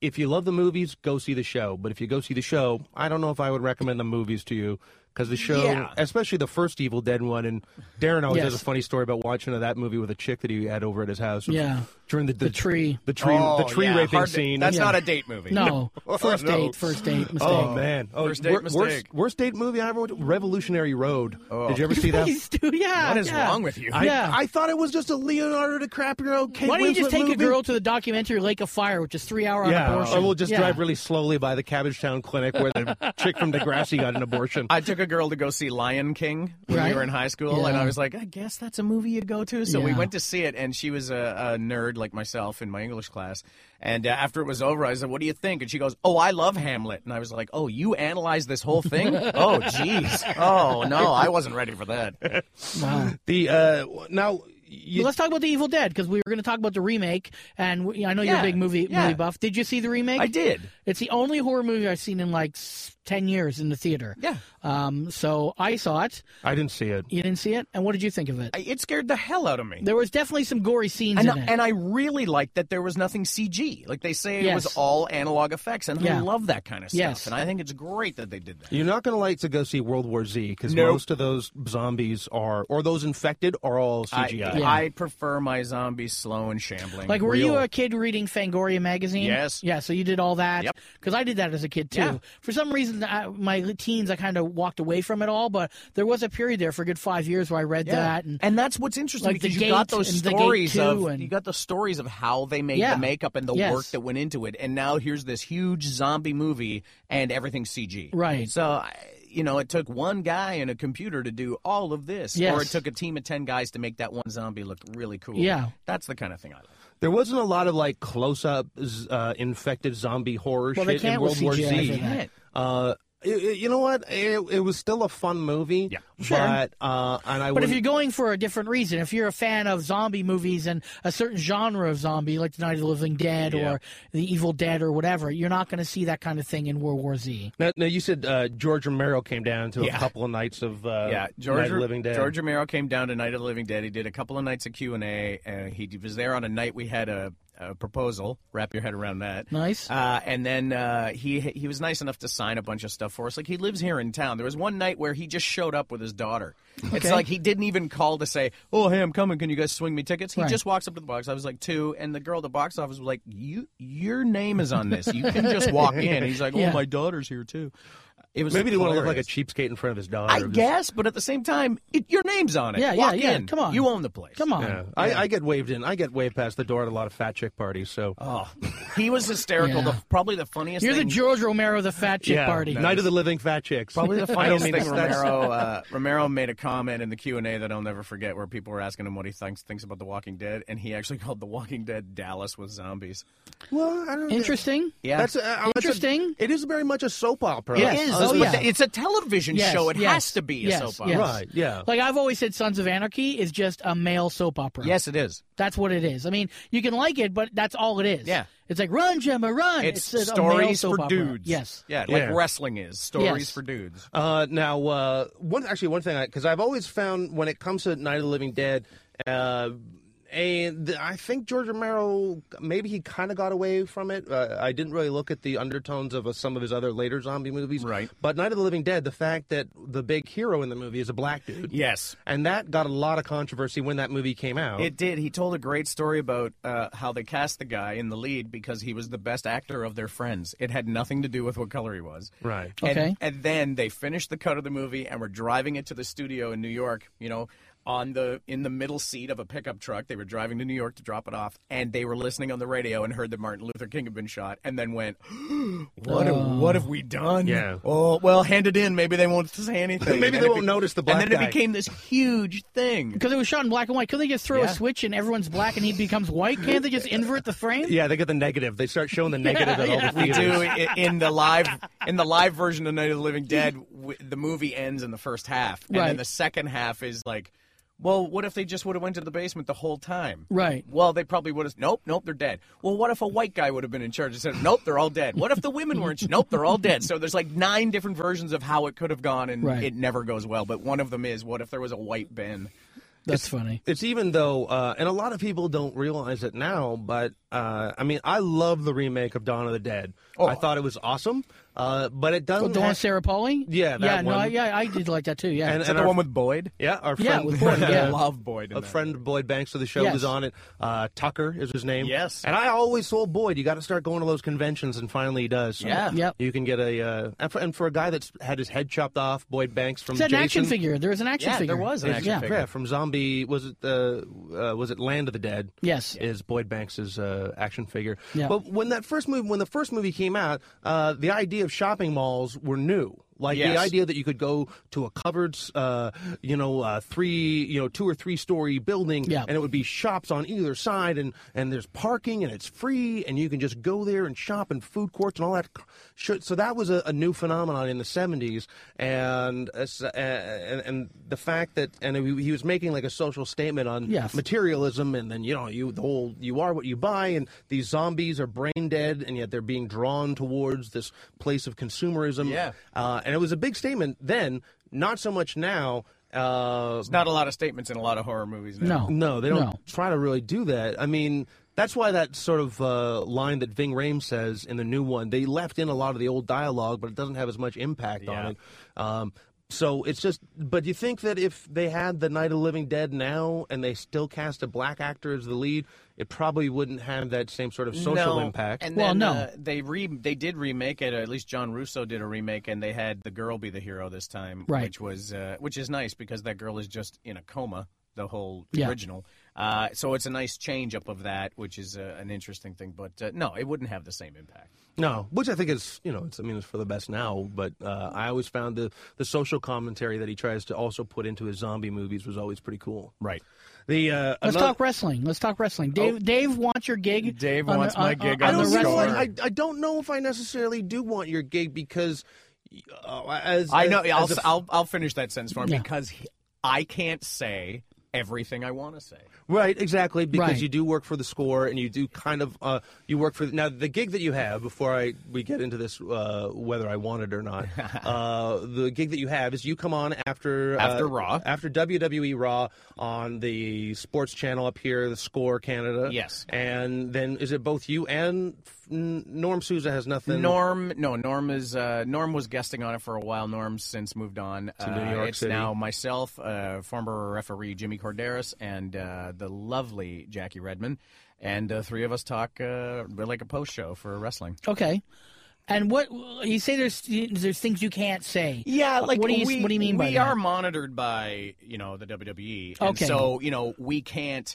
if you love the movies, go see the show. But if you go see the show, I don't know if I would recommend the movies to you because the show, especially the first Evil Dead one, and Darren always has Yes. a funny story about watching that movie with a chick that he had over at his house. Yeah. during the, the, tree. the tree, the Oh, tree yeah, raping hard to- scene. That's not a date movie. No, Oh, first no. date, first date mistake. Oh man! Oh, Worst date wor- Worst, mistake. Oh. worst date movie I ever watched. Revolutionary Road. Did you ever see that? Please do, yeah. What is yeah. wrong with you? I, Yeah. I thought it was just a Leonardo DiCaprio. Kate Why don't you just Winslet take a movie. girl to the documentary Lake of Fire, which is three hour on Yeah, abortion? or we'll just Yeah. drive really slowly by the Cabbage Town clinic where the chick from Degrassi got an abortion. I took a girl to go see Lion King when we Right. were in high school, and I was like, I guess that's a movie you go to. So we Yeah. went to see it, and she was a, a nerd like myself in my English class. And uh, after it was over, I said, "What do you think?" And she goes, "Oh, I love Hamlet." And I was like, "Oh, you analyzed this whole thing? oh, jeez. Oh no, I wasn't ready for that." Wow. the uh, now, you, Well, let's talk about the Evil Dead because we were going to talk about the remake, and we, I know you're Yeah, a big movie yeah. movie buff. Did you see the remake? I did. It's the only horror movie I've seen in like s- ten years in the theater. Yeah. Um. So I saw it. I didn't see it. You didn't see it, and what did you think of it? I- It scared the hell out of me. there was definitely some gory scenes And, in it. and I really liked that there was nothing CG. Like they say, it Yes. was all analog effects, and I Yeah. love that kind of stuff. Yes. And I think it's great that they did that. You're not going to like to go see World War Z because Nope. most of those zombies are, or those infected, are all I, CGI. Yeah. I prefer my zombies slow and shambling. Like, were you real- a kid reading Fangoria magazine? Yes. Yeah, so you did all that. Yep. Because I did that as a kid, too. Yeah. For some reason, I, my teens, I kind of walked away from it all, but there was a period there for a good five years where I read that. And, that's what's interesting like, The because you got Gate those and The Gate stories of 2 and- you got the stories of how they made Yeah. the makeup and the Yes. work that went into it, and now here's this huge zombie movie and everything's CG. Right. So. I, you know, it took one guy and a computer to do all of this, Yes. or it took a team of ten guys to make that one zombie look really cool. Yeah. that's the kind of thing I like. There wasn't a lot of like close-up z- uh, infected zombie horror Well, they shit in can't World with War CGI Z. for that. Uh, it- it- you know what? It, it was still a fun movie. Yeah, Sure. But uh, and I but if wouldn't- you're going for a different reason, if you're a fan of zombie movies and a certain genre of zombie, like The Night of the Living Dead or The Evil Dead or whatever, you're not going to see that kind of thing in World War Z. Now, now you said uh, George Romero came down to a Yeah. couple of nights of uh, yeah, George, Night of the Living Dead. George Romero came down to Night of the Living Dead. He did a couple of nights of Q and A. Uh, he d- was there on a night we had a, a proposal. Wrap your head around that. Nice. Uh, and then uh, he he was nice enough to sign a bunch of stuff for us. Like he lives here in town. There was one night where he just showed up with his daughter. It's like he didn't even call to say, "Oh, hey, I'm coming. Can you guys swing me tickets?" He Right. just walks up to the box. I was like two, and the girl at the box office was like, "You, your name is on this. You can just walk in." He's like, Yeah. "Oh, my daughter's here too." It was Maybe they want to look like a hilarious. cheapskate in front of his daughter. I Just- guess, but at the same time, it, your name's on it. Yeah, yeah, Walk yeah, in. come on. you own the place. Come on. Yeah. I, I get waved in. I get waved past the door at a lot of fat chick parties. So Oh, he was hysterical. Yeah. The, probably the funniest. You're the thing, George Romero of the Fat Chick yeah, Party. Night of the Living Fat Chicks. Probably the I don't funniest mean thing to- that's- Romero. Uh, Romero made a comment in the Q and A that I'll never forget, where people were asking him what he thinks thinks about The Walking Dead, and he actually called The Walking Dead Dallas with zombies. Well, I don't. Interesting. Yeah, That's uh, uh, that's a- Interesting. it is very much a soap opera. it is. Oh, but yeah. th- It's a television Yes, show. It yes, has to be a yes, soap yes. opera. Right. Yeah. Like I've always said, Sons of Anarchy is just a male soap opera. Yes, it is. that's what it is. I mean, you can like it, but that's all it is. Yeah. it's like run, Gemma, run. It's, a- a male stories soap for opera. dudes. Yes, Yeah, like Yeah. wrestling is stories Yes. for dudes. Uh, now, uh, one actually one thing because I've always found when it comes to Night of the Living Dead, uh, and th- I think George Romero maybe he kind of got away from it. Uh, I didn't really look at the undertones of uh, some of his other later zombie movies, Right. But Night of the Living Dead, the fact that the big hero in the movie is a black dude, Yes. and that got a lot of controversy when that movie came out. It did. He told a great story about uh, how they cast the guy in the lead because he was the best actor of their friends. It had nothing to do with what color he was. Right. And, Okay. And then they finished the cut of the movie and were driving it to the studio in New York. You know. On the in the middle seat of a pickup truck, they were driving to New York to drop it off, and they were listening on the radio and heard that Martin Luther King had been shot, and then went, "What? have What have we done? Yeah. Oh, well, hand it in. Maybe they won't say anything. Maybe And they it won't notice the black And then guy. it became this huge thing. because it was shot in black and white. Could they just throw Yeah. a switch and everyone's black and he becomes white? Can't they just invert the frame? Yeah, they get the negative. They start showing the negative at all the we theaters. do i- in the live in the live version of Night of the Living Dead. W- the movie ends in the first half, and then Right. the second half is like, well, what if they just would have went to the basement the whole time? Right. Well, they probably would have. Nope, nope, they're dead. Well, what if a white guy would have been in charge instead? Nope, they're all dead. What if the women were in? ch- Nope, they're all dead. So there's like nine different versions of how it could have gone, and Right. it never goes well. But one of them is, what if there was a white Ben? that's funny. It's even though, uh, and a lot of people don't realize Oh. it now, but uh, I mean, I love the remake of Dawn of the Dead. I thought it was awesome. Uh, but it The doesn't. one have- with Sarah Pauling? Yeah, that yeah, no, one. I, yeah, I did like that too. Yeah, and, Is that and the our, one with Boyd? yeah, our yeah, friend, with Boyd, I yeah. love Boyd. in a that. friend Boyd Banks of the show Yes. was on it. Uh, Tucker is his name. Yes. And I always told Boyd, you got to start going to those conventions, and finally he does. So Yeah. Yep. You can get a uh, and, for, and for a guy that's had his head chopped off, Boyd Banks from It's an Jason, action figure. There was an action Yeah, there figure. was an action yeah. figure. Yeah, from Zombie was it uh, uh, was it Land of the Dead? Yes. is Boyd Banks's uh, action figure. Yeah. But when that first movie, when the first movie came out, uh, the idea of shopping malls were new. Like Yes. the idea that you could go to a covered, uh, you know, uh, three, you know, two or three story building, Yeah. and it would be shops on either side, and and there's parking, and it's free, and you can just go there and shop in food courts and all that. cr- shit. So that was a, a new phenomenon in the '70s, and uh, s- uh, and, and the fact that and he he was making like a social statement on Yes. materialism and then you know you the whole you are what you buy and these zombies are brain dead and yet they're being drawn towards this place of consumerism Yeah. uh, and it was a big statement then not so much now uh, Not a lot of statements in a lot of horror movies. Now. No. no they don't No. try to really do that i mean that's why that sort of uh, line that Ving Rhames says in the new one, they left in a lot of the old dialogue, but it doesn't have as much impact on it. Um, so it's just, but you think that if they had the Night of the Living Dead now and they still cast a black actor as the lead, it probably wouldn't have that same sort of social No, impact. And Well, then, no. uh, they re they did remake it. Or at least John Russo did a remake, and they had the girl be the hero this time, Right. Which was uh, which is nice because that girl is just in a coma the whole Yeah. original. Uh, so it's a nice change up of that, which is uh, an interesting thing. But uh, no, it wouldn't have the same impact. No, which I think is you know it's I mean it's for the best now, but uh, I always found the the social commentary that he tries to also put into his zombie movies was always pretty cool. Right. The uh, Let's another- talk wrestling. Let's talk wrestling. Dave, Dave wants your gig. Oh. Dave on the- uh, wants my on- on, gig on I the don't the know. score. wrestling. I, I, I don't know if I necessarily do want your gig because uh, as I know. as I'll, a- I'll I'll finish that sentence for him Yeah. because he- I can't say everything I want to say. Right, exactly, because Right. you do work for the score, and you do kind of uh, you work for now the gig that you have. Before I we get into this, uh, whether I want it or not, uh, the gig that you have is you come on after uh, After Raw. after WWE Raw on the sports channel up here, the Score Canada. Yes. and then is it both you and F- N- Norm Souza has nothing? Norm, no, Norm is uh, Norm was guesting on it for a while. Norm's since moved on. Uh, To New York it's City. now myself, uh, former referee Jimmy Corderas, and uh, the lovely Jackie Redman, and uh, three of us talk uh, like a post show for wrestling. Okay. And what you say? There's there's things you can't say. Yeah, like what do you we, what do you mean by we that? are monitored by you know the WWE, and Okay. so you know we can't.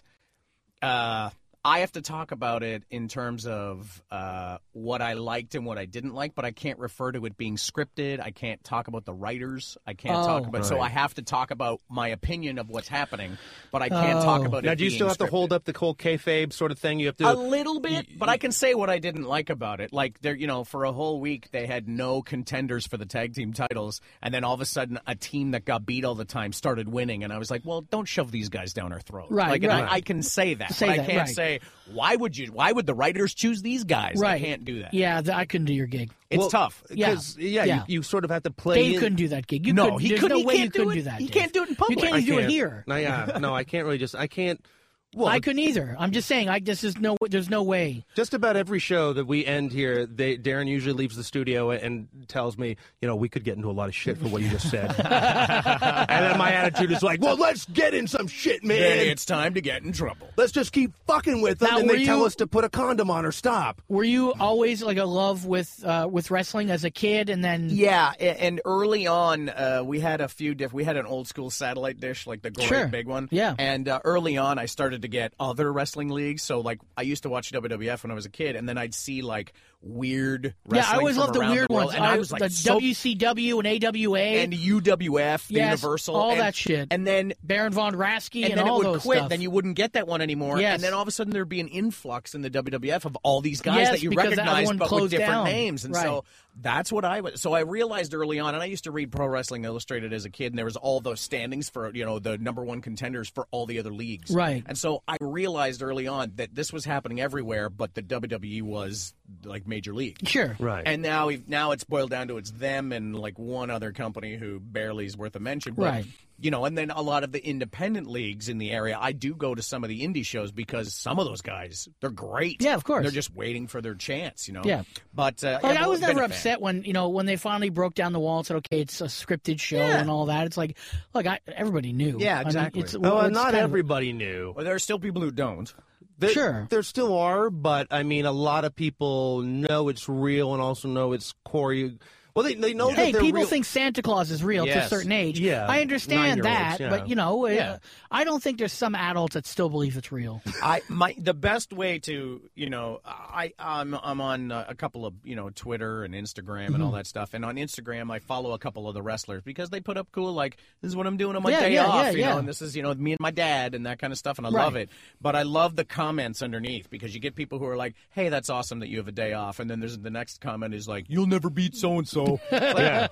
Uh, I have to talk about it in terms of uh, what I liked and what I didn't like, but I can't refer to it being scripted. I can't talk about the writers. I can't talk Oh. about. So I have to talk about my opinion of what's happening, but I can't talk Oh. about it. Now, do you being still have to scripted. hold up the whole kayfabe sort of thing? You have to A little bit, but I can say what I didn't like about it. Like there, you know, for a whole week they had no contenders for the tag team titles, and then all of a sudden, a team that got beat all the time started winning, and I was like, "Well, don't shove these guys down our throat." Right, Like, and right. I, I can say that, Say but that, I can't right. say why would you? Why would the writers choose these guys? right. I can't do that. Yeah, th- I couldn't do your gig. it's Well, tough. Yeah. 'cause, yeah, Yeah. You, you sort of have to play. Dave in- couldn't do that gig. You No, couldn't- he there's couldn't- no he way can't you do couldn't it- do that. he Dave. can't do it in public. You can't I even do it can't- here. No, yeah, no, I can't really just. I can't. Well, I couldn't either. I'm just saying. I this is no. There's no way. just about every show that we end here, they, Darren usually leaves the studio and tells me, you know, we could get into a lot of shit for what you just said. and then my attitude is like, well, let's get in some shit, man. Then it's time to get in trouble. let's just keep fucking with them, Now, and were they tell you- us to put a condom on or stop. Were you always like a love with uh, with wrestling as a kid, and then Yeah, a- and early on, uh, we had a few diff. We had an old school satellite dish, like the great Sure. big one. Yeah. And uh, early on, I started to get other wrestling leagues. So like, I used to watch WWF when I was a kid, and then I'd see like weird. yeah? Wrestling I always from loved the around weird world, ones. and I, was like the so WCW and AWA and UWF, the Yes, Universal, all and- that shit. and then. Baron von Raschke And, and, then all it would those quit. stuff. Then you wouldn't get that one anymore. Yes. And then all of a sudden there'd be an influx in the WWF of all these guys Yes, that you because that recognized, one but with closed different down. names. And Right. so that's what I was. So I realized early on, and I used to read Pro Wrestling Illustrated as a kid, and there was all those standings for you know the number one contenders for all the other leagues. Right. And so I realized early on that this was happening everywhere, but the WWE was like major league. sure. Right. And now, we've- now it's boiled down to it's them and like one other company who barely is worth a mention. But Right. you know, and then a lot of the independent leagues in the area. I do go to some of the indie shows because some of those guys, they're great. Yeah, of course. They're just waiting for their chance, you know. Yeah. But uh, Like I've I was always been never a fan. upset when you know when they finally broke down the wall and said, "Okay, it's a scripted show and all that." It's like, look, I, everybody knew. Yeah, I mean, exactly. it's, Well, it's Oh, not kind of- everybody knew. Well, there are still people who don't. There, Sure. There still are, but I mean, a lot of people know it's real and also know it's choreo. Well, they, they know Hey, that they're people real. think Santa Claus is real to a Yes. certain age. Yeah, I understand nine-year-olds, that, yeah. but you know, uh, Yeah. I don't think there's some adults that still believe it's real. I my the best way to you know I I'm I'm on uh, a couple of you know Twitter and Instagram and all Mm-hmm. that stuff and on Instagram I follow a couple of the wrestlers because they put up cool like this is what I'm doing on my Yeah, day yeah, off yeah, you yeah. know and this is you know me and my dad and that kind of stuff and I love Right. it but I love the comments underneath because you get people who are like hey that's awesome that you have a day off and then there's the next comment is like you'll never beat so and so yeah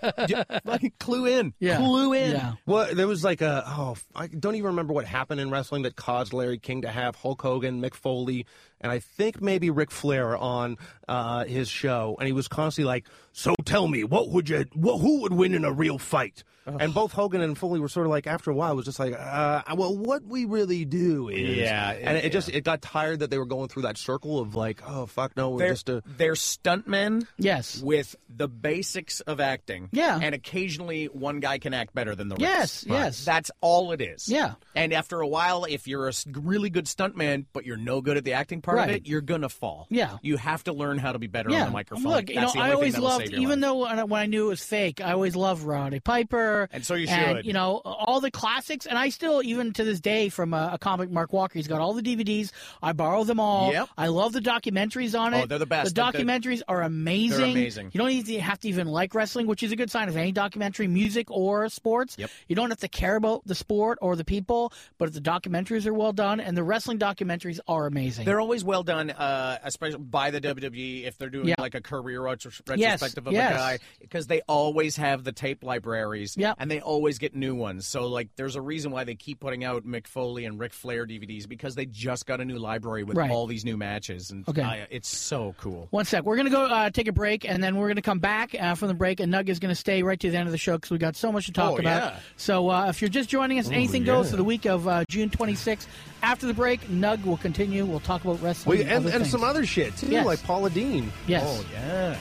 like clue in Yeah. clue in Yeah. Well, there was like a oh, f- I don't even remember what happened in wrestling that caused Larry King to have Hulk Hogan, Mick Foley, and I think maybe Ric Flair on uh, his show, and he was constantly like, "So tell me, what would you, what, who would win in a real fight?" And both Hogan and Foley were sort of like, after a while, it was just like, uh, "Well, what we really do is," Yeah, it- and it, just it got tired that they were going through that circle of like, "Oh fuck, no, we're they're, just a." they're stuntmen Yes. with the basics of acting. Yeah. And occasionally one guy can act better than the Yes, rest. yes. That's all it is. Yeah. And after a while, if you're a s- really good stuntman, but you're no good at the acting part of Right. it, you're going to fall. Yeah. You have to learn how to be better on the microphone. Look, you That's know, the only I thing always that'll loved, save your even life. though when I, when I knew it was fake, I always loved Roddy Piper. And so you should. You know, all the classics, and I still, even to this day, from a, a comic, Mark Walker, he's got all the DVDs. I borrow them all. Yep. Oh, I love the documentaries on it. they're the The best. They're- they're- documentaries are amazing. amazing. You don't even have to even like wrestling, which is a good sign of any documentary, music or sports. Yep. You don't have to care about the sport or the people, but if the documentaries are well done, and the wrestling documentaries are amazing. They're always well done, uh, especially by the WWE if they're doing Yeah. like a career retros- Yes, retrospective of yes. a guy, because they always have the tape libraries, Yep. and they always get new ones. So like, there's a reason why they keep putting out Mick Foley and Ric Flair DVDs because they just got a new library with Right. all these new matches, and Okay. I- it's so cool. One sec. We're going to go uh, take a break, and then we're going to come back uh, from the break. And Nug is going to stay right to the end of the show because we got so much to talk Oh, about. yeah. So uh, if you're just joining us, anything goes for the week of uh, June 26th. After the break, Nug will continue. We'll talk about wrestling We, and, other and things. some other shit too, Yes. like Paula Dean. Oh, Yes. Yeah.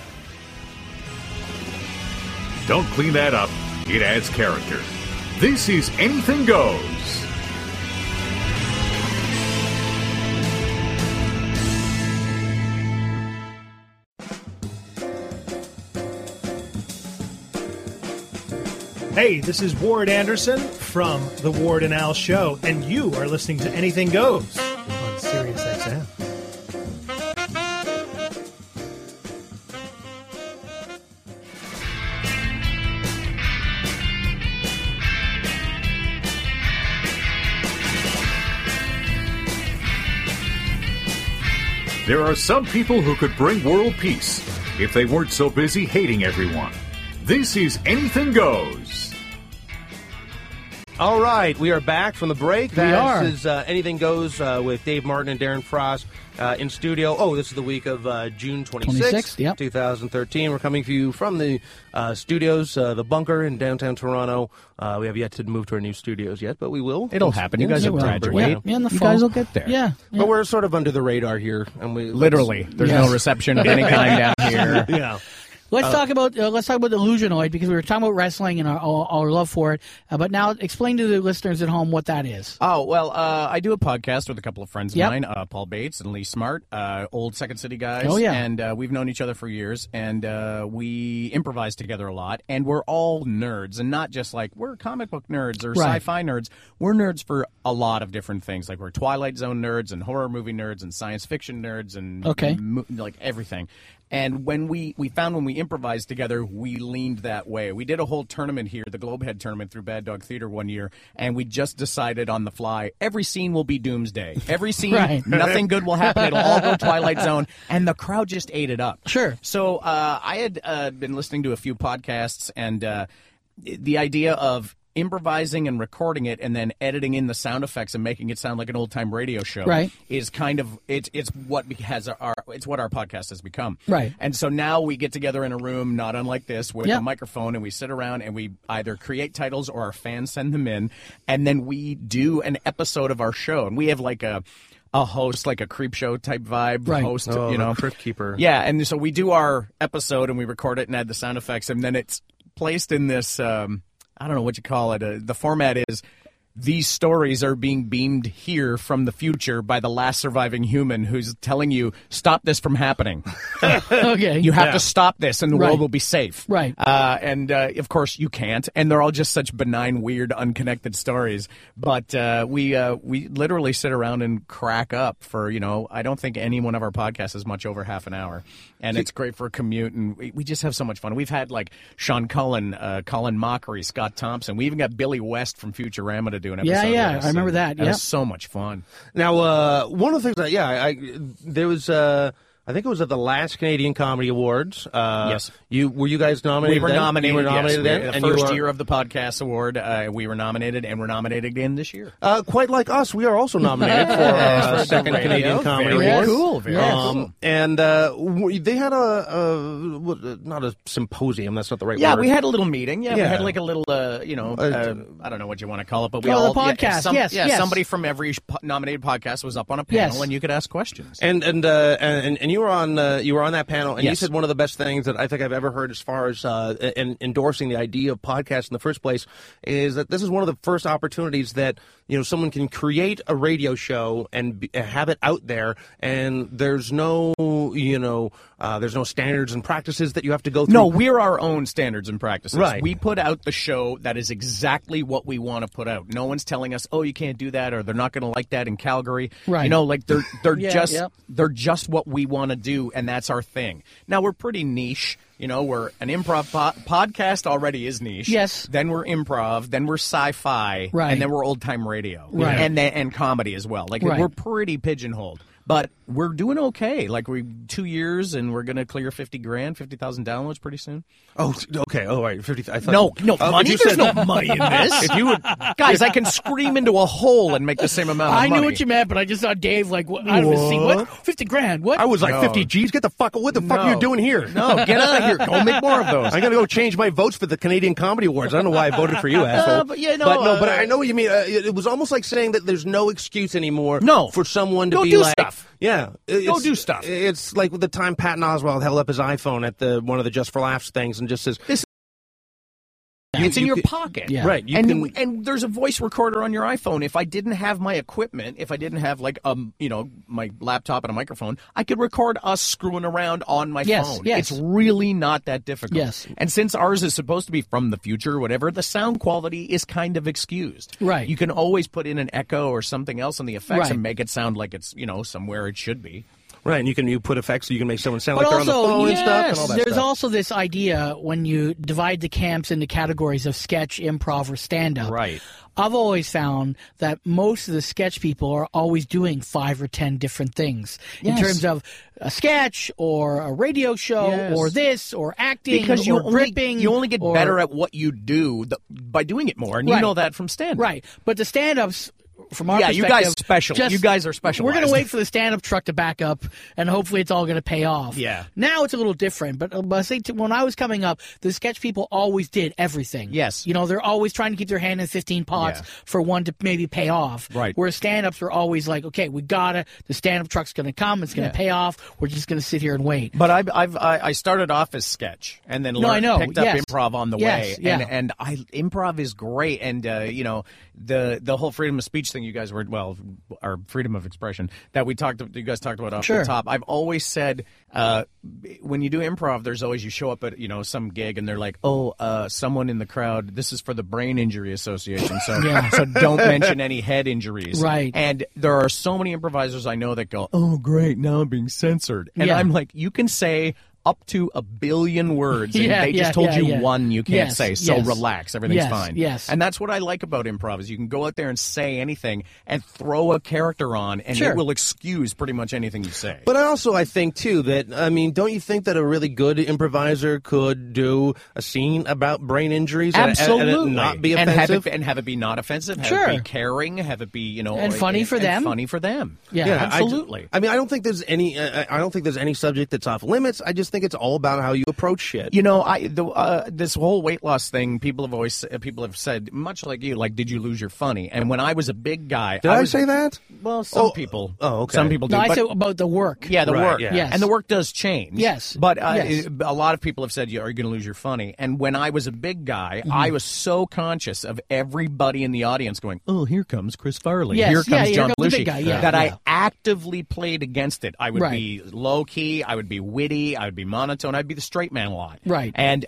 Don't clean that up, it adds character. This is Anything Goes. Hey, this is Ward Anderson from The Ward and Al Show, and you are listening to Anything Goes on Sirius XM. There are some people who could bring world peace if they weren't so busy hating everyone. This is Anything Goes. All right, we are back from the break. That are. is uh, anything goes uh, with Dave Martin and Darren Frost uh, in studio. Oh, this is the week of uh, June 26th, 26th, yep. 2013. We're coming to you from the uh, studios, uh, the bunker in downtown Toronto. Uh, we have yet to move to our new studios yet, but we will. It'll happen. You guys Yeah, will well, graduate. yeah, yeah, in the You fall. guys will get there. Yeah. yeah. But we're sort of under the radar here, and we Literally, there's Yes. no reception of any kind down here. yeah. Let's talk about uh, let's talk about Illusionoid because we were talking about wrestling and our, our, our love for it. Uh, but now explain to the listeners at home what that is. Oh well, uh, I do a podcast with a couple of friends of Yep. mine, uh, Paul Bates and Lee Smart, uh, old Second City guys. Oh, yeah. and uh, we've known each other for years, and uh, we improvise together a lot. And we're all nerds, and not just like we're comic book nerds or Right. sci-fi nerds. We're nerds for a lot of different things. Like we're Twilight Zone nerds, and horror movie nerds, and science fiction nerds, and Okay. mo- like everything. And when we we found when we improvised together, we leaned that way. We did a whole tournament here, the Globehead tournament through Bad Dog Theater one year, and we just decided on the fly. Every scene will be Doomsday. Every scene, Right. nothing good will happen. It'll all go Twilight Zone, and the crowd just ate it up. Sure. So uh, I had uh, been listening to a few podcasts, and uh, the idea of improvising and recording it and then editing in the sound effects and making it sound like an old time radio show Right. is kind of it's it's what be- has our it's what our podcast has become Right. and so now we get together in a room not unlike this with Yeah. a microphone and we sit around and we either create titles or our fans send them in and then we do an episode of our show and we have like a a host like a creep show type vibe Right. host Oh, you the know Crypt Keeper. yeah and so we do our episode and we record it and add the sound effects and then it's placed in this um i don't know what you call it uh, the format is these stories are being beamed here from the future by the last surviving human who's telling you stop this from happening okay. you have to stop this and the Right. world will be safe Right. uh, and uh, of course you can't and they're all just such benign weird unconnected stories but uh, we uh, we literally sit around and crack up for you know i don't think any one of our podcasts is much over half an hour and it's great for a commute and we, we just have so much fun we've had like sean cullen uh, colin mockery scott thompson we even got billy west from futurama to do an Yeah, episode yeah, with us, I remember and that, it yeah. was so much fun Now, uh, one of the things that yeah, I, I there was uh, I think it was at the last Canadian Comedy Awards. Uh, Yes. you were you guys nominated. We were then? nominated. You were nominated yes, then, we- and the you first were- year of the podcast award, uh, we were nominated, and we're nominated again this year. Uh, quite like us, we are also nominated for uh, second radio. Canadian Comedy Very Award. cool, very um, cool. And uh, w- they had a, a what- not a symposium. That's not the right Yeah, word. we had a little meeting. Yeah, Yeah. we had like a little, uh, you know, uh, I don't know what you want to call it, but we Oh, the all Yeah, podcast, yes, yeah, yes. somebody from every po- nominated podcast was up on a panel, Yes. and you could ask questions. And and uh, and and you were on uh, you were on that panel, and you Yes. said one of the best things that I think I've ever heard as far as uh, en- endorsing the idea of podcasts in the first place is that this is one of the first opportunities that you know someone can create a radio show and be, have it out there, and there's no you know uh, there's no standards and practices that you have to go through. no, we're our own standards and practices. Right. We put out the show that is exactly what we want to put out. No one's telling us, "Oh, you can't do that," or "They're not going to like that in Calgary." Right. You know, like they're they're Yeah, just yep. they're just what we want to do, and that's our thing. Now we're pretty niche. You know, we're an improv po- podcast already is niche. Yes. Then we're improv. Then we're sci-fi. Right. And then we're old time radio. Right. And then and comedy as well. Like Right. we're pretty pigeonholed. But we're doing okay. Like we two years, and we're gonna clear fifty grand, fifty thousand downloads pretty soon. oh okay, all right, fifty. I thought, No, no Oh, money. you There's said- no money in this. if you would, guys, I can scream into a hole and make the same amount. Of Uh, I knew money. what you meant, but I just saw Dave like what, out of his seat. What? Fifty grand? What? I was like No. fifty G's. Get the fuck. What the fuck are you No. doing here? No, get out of here. Go make more of those. I'm gonna go change my votes for the Canadian Comedy Awards. I don't know why I voted for you, asshole. Uh, but, yeah, no, but but uh, I know what you mean. Uh, it, it was almost like saying that there's no excuse anymore. No. for someone to Go be do like, stuff. yeah, it- it's- do stuff. It's like with the time Patton Oswald held up his iPhone at the one of the Just for Laughs things and just says, it's in you your could- pocket. Yeah. right, you and can- and there's a voice recorder on your iPhone. If I didn't have my equipment, if I didn't have like um you know my laptop and a microphone, I could record us screwing around on my Yes, phone. yes. It's really not that difficult. Yes. And since ours is supposed to be from the future or whatever, the sound quality is kind of excused. Right. You can always put in an echo or something else on the effects Right. and make it sound like it's you know somewhere it should be. right, and you can you put effects so you can make someone sound but like they're also, on the phone yes, and stuff and all that there's stuff. also this idea when you divide the camps into categories of sketch, improv, or stand up. Right. I've always found that most of the sketch people are always doing five or ten different things in terms of a sketch or a radio show Yes. or this or acting because you or only, ripping. you only get or- better at what you do the, by doing it more, and Right. you know that from stand Right. But the stand ups from our Yeah, you guys perspective, special- you guys are We're gonna specialized. wait for the stand up truck to back up and hopefully it's all gonna pay off. Yeah. Now it's a little different, but, uh, but I say to, when I was coming up, the sketch people always did everything. Yes. You know, they're always trying to keep their hand in fifteen pots Yeah. for one to maybe pay off. Right. Whereas stand ups are always like, Okay, we gotta the stand up truck's gonna come, it's gonna Yeah. pay off, we're just gonna sit here and wait. But I've, I've I I started off as sketch and then No, I learned, know. picked up Yes. improv on the Yes, way. yeah. And and I improv is great and uh, you know the the whole freedom of speech thing you guys were well or freedom of expression that we talked you guys talked about off Sure. the top. I've always said uh, when you do improv there's always you show up at you know some gig and they're like, "Oh, uh, someone in the crowd, this is for the Brain Injury Association." So so don't mention any head injuries. Right. And there are so many improvisers I know that go, "Oh, great, now I'm being censored." And Yeah. I'm like, "You can say up to a billion words, and Yeah, they yeah, just told yeah, you yeah. one you can't Yes, say. So yes. relax, everything's Yes, fine. yes. and that's what I like about improv is you can go out there and say anything and throw a character on, and Sure. it will excuse pretty much anything you say. But I also I think too that I mean, don't you think that a really good improviser could do a scene about brain injuries and- and- and, it Absolutely, not be and have, offensive? it, and have it be not offensive. Have Sure. it be caring. Have it be you know And funny for and them. Funny for them. Yeah. Yeah, I- absolutely. I, mean, I don't think there's any. Uh, I don't think there's any subject that's off limits. I just think it's all about how you approach shit. You know, I the, uh, this whole weight loss thing. People have always uh, people have said, much like you, like, did you lose your funny? And when I was a big guy, Did I, was- say that? Well, some Oh, people. oh, okay. Some people do. No, I but- said about the work. yeah, the Right, work. yeah. Yes. And the work does change. Yes. But uh, Yes. it- a lot of people have said, "You are you going to lose your funny?" And when I was a big guy, I Mm-hmm. was so conscious of everybody in the audience going, "Oh, here comes Chris Farley. Yes, Here comes yeah, here John comes the Belushi." big guy, yeah, that yeah. I actively played against it. I would Right. be low key. I would be witty. I would be monotone. I'd be the straight man a lot. Right. And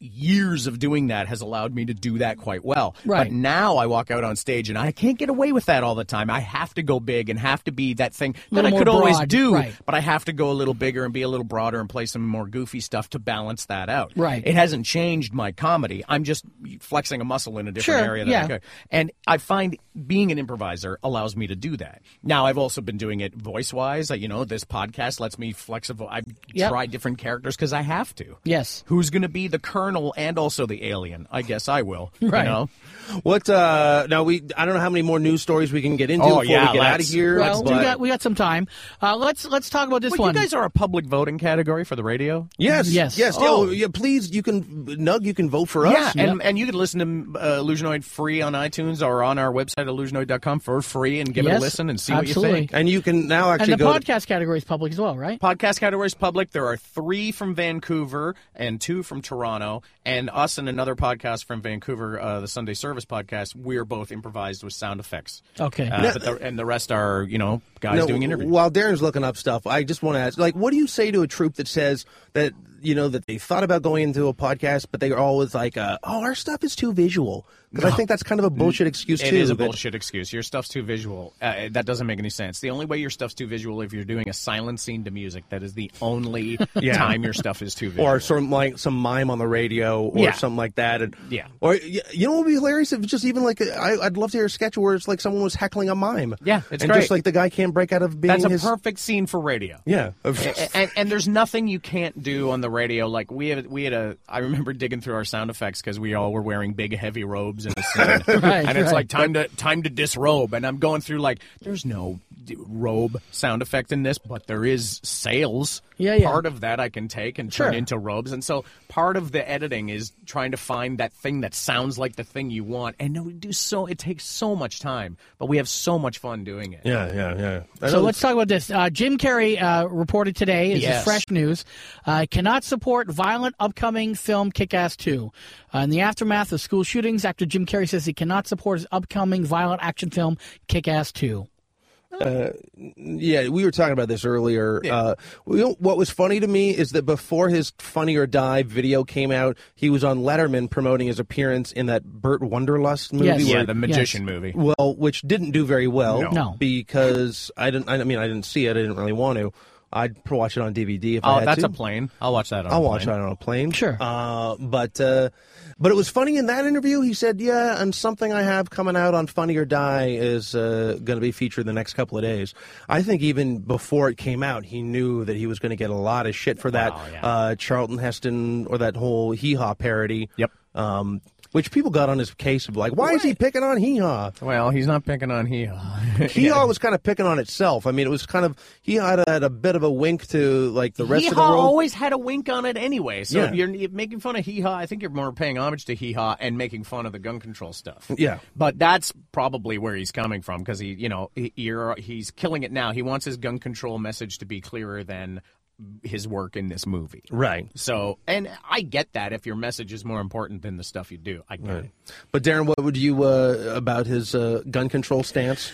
years of doing that has allowed me to do that quite well. Right. But now I walk out on stage and I can't get away with that all the time. I have to go big and have to be that thing that Little I more could always broad, do, right. but I have to go a little bigger and be a little broader and play some more goofy stuff to balance that out. Right. It hasn't changed my comedy. I'm just flexing a muscle in a different Sure, area. That yeah. I could. And I find being an improviser allows me to do that. Now I've also been doing it voice wise. You know, this podcast lets me flexible. I Yep. try different characters because I have to. Yes. Who's going to be the colonel and also the alien? I guess I will. Right. You know? What? Uh, now we. I don't know how many more news stories we can get into Oh, before yeah, we get out of let's- here. Well, we but- got we got some time. Uh, let's let's talk about this Well, one. you guys are a public voting category for the radio. Yes, Yes. yes. Oh. Oh, yeah. Please, you can Nug. You can vote for us. Yeah, and, and you can listen to uh, Illusionoid free on iTunes or on our website, illusionoid.com, for free and give it Yes, a listen and see what absolutely. you think. And you can now and actually the go. to- podcast category is public as well, right? Podcast categories public. There are three from Vancouver and two from Toronto, and us and another podcast from Vancouver, uh, the Sunday Service podcast. We're both improvised with sound effects. Okay. Uh, but the, and the rest are, you know, guys No, doing interviews. While Darren's looking up stuff, I just want to ask, like, what do you say to a troop that says that you know that they thought about going into a podcast, but they are always like, uh, "Oh, our stuff is too visual." Because I think that's kind of a bullshit excuse It too. is a that- bullshit excuse. Your stuff's too visual. Uh, that doesn't make any sense. The only way your stuff's too visual if you're doing a silent scene to music. That is the only time your stuff is too visual. Or some like some mime on the radio, or Yeah. something like that, and Yeah. Or y- you know what would be hilarious if it's just even like I, I'd love to hear a sketch where it's like someone was heckling a mime. Yeah, it's and just great. like the guy can't break out of being That's a his. perfect Eh, scene for radio. yeah, A- and, and there's nothing you can't do on the radio. Like we had, we had a. I remember digging through our sound effects because we all were wearing big, heavy robes and a scene. Right, and it's right. like time to time to disrobe. And I'm going through like, there's no d- robe sound effect in this, but there is sails. Yeah, yeah. Part of that I can take and Sure. turn into robes. And so part of the editing is trying to find that thing that sounds like the thing you want. And no, we do so. It takes so much time, but we have so much fun doing it. yeah, yeah, yeah. I So know- let's talk about this. Uh, Jim Carrey uh, reported today, this is Yes. fresh news, uh, cannot support violent upcoming film Kick Ass 2. Uh, in the aftermath of school shootings, actor Jim Carrey says he cannot support his upcoming violent action film Kick Ass 2. Yeah, we were talking about this earlier. Uh, we don't- what was funny to me is that before his Funny or Die video came out, he was on Letterman promoting his appearance in that Burt Wonderlust movie. Yes. Yeah, where- the magician movie. well, which didn't do very well. No. No. because I didn't. I mean, I didn't see it. I didn't really want to. I'd pro- watch it on DVD if I Oh, had that's to. a plane. I'll watch that on I'll a watch plane. it on a plane. Sure. Uh, but uh, but it was funny in that interview. He said, "Yeah, and something I have coming out on Funny or Die is uh, going to be featured in the next couple of days." I think even before it came out, he knew that he was going to get a lot of shit for that uh, Charlton Heston or that whole Hee Haw parody. Yep. Um, which people got on his case of like, why is he picking on Hee Haw? Well, he's not picking on he. Hee Haw was kind of picking on itself. I mean, it was kind of he had a, had a bit of a wink to like the rest Hee of the Haw world. always had a wink on it anyway. So Yeah. if you're if making fun of Hee Haw, I think you're more paying homage to Hee Haw and making fun of the gun control stuff. Yeah. But that's probably where he's coming from because he, you know, he, you're, he's killing it now. He wants his gun control message to be clearer than his work in this movie. right. So, and I get that if your message is more important than the stuff you do. I get it. But Darren, what would you uh, about his uh, gun control stance?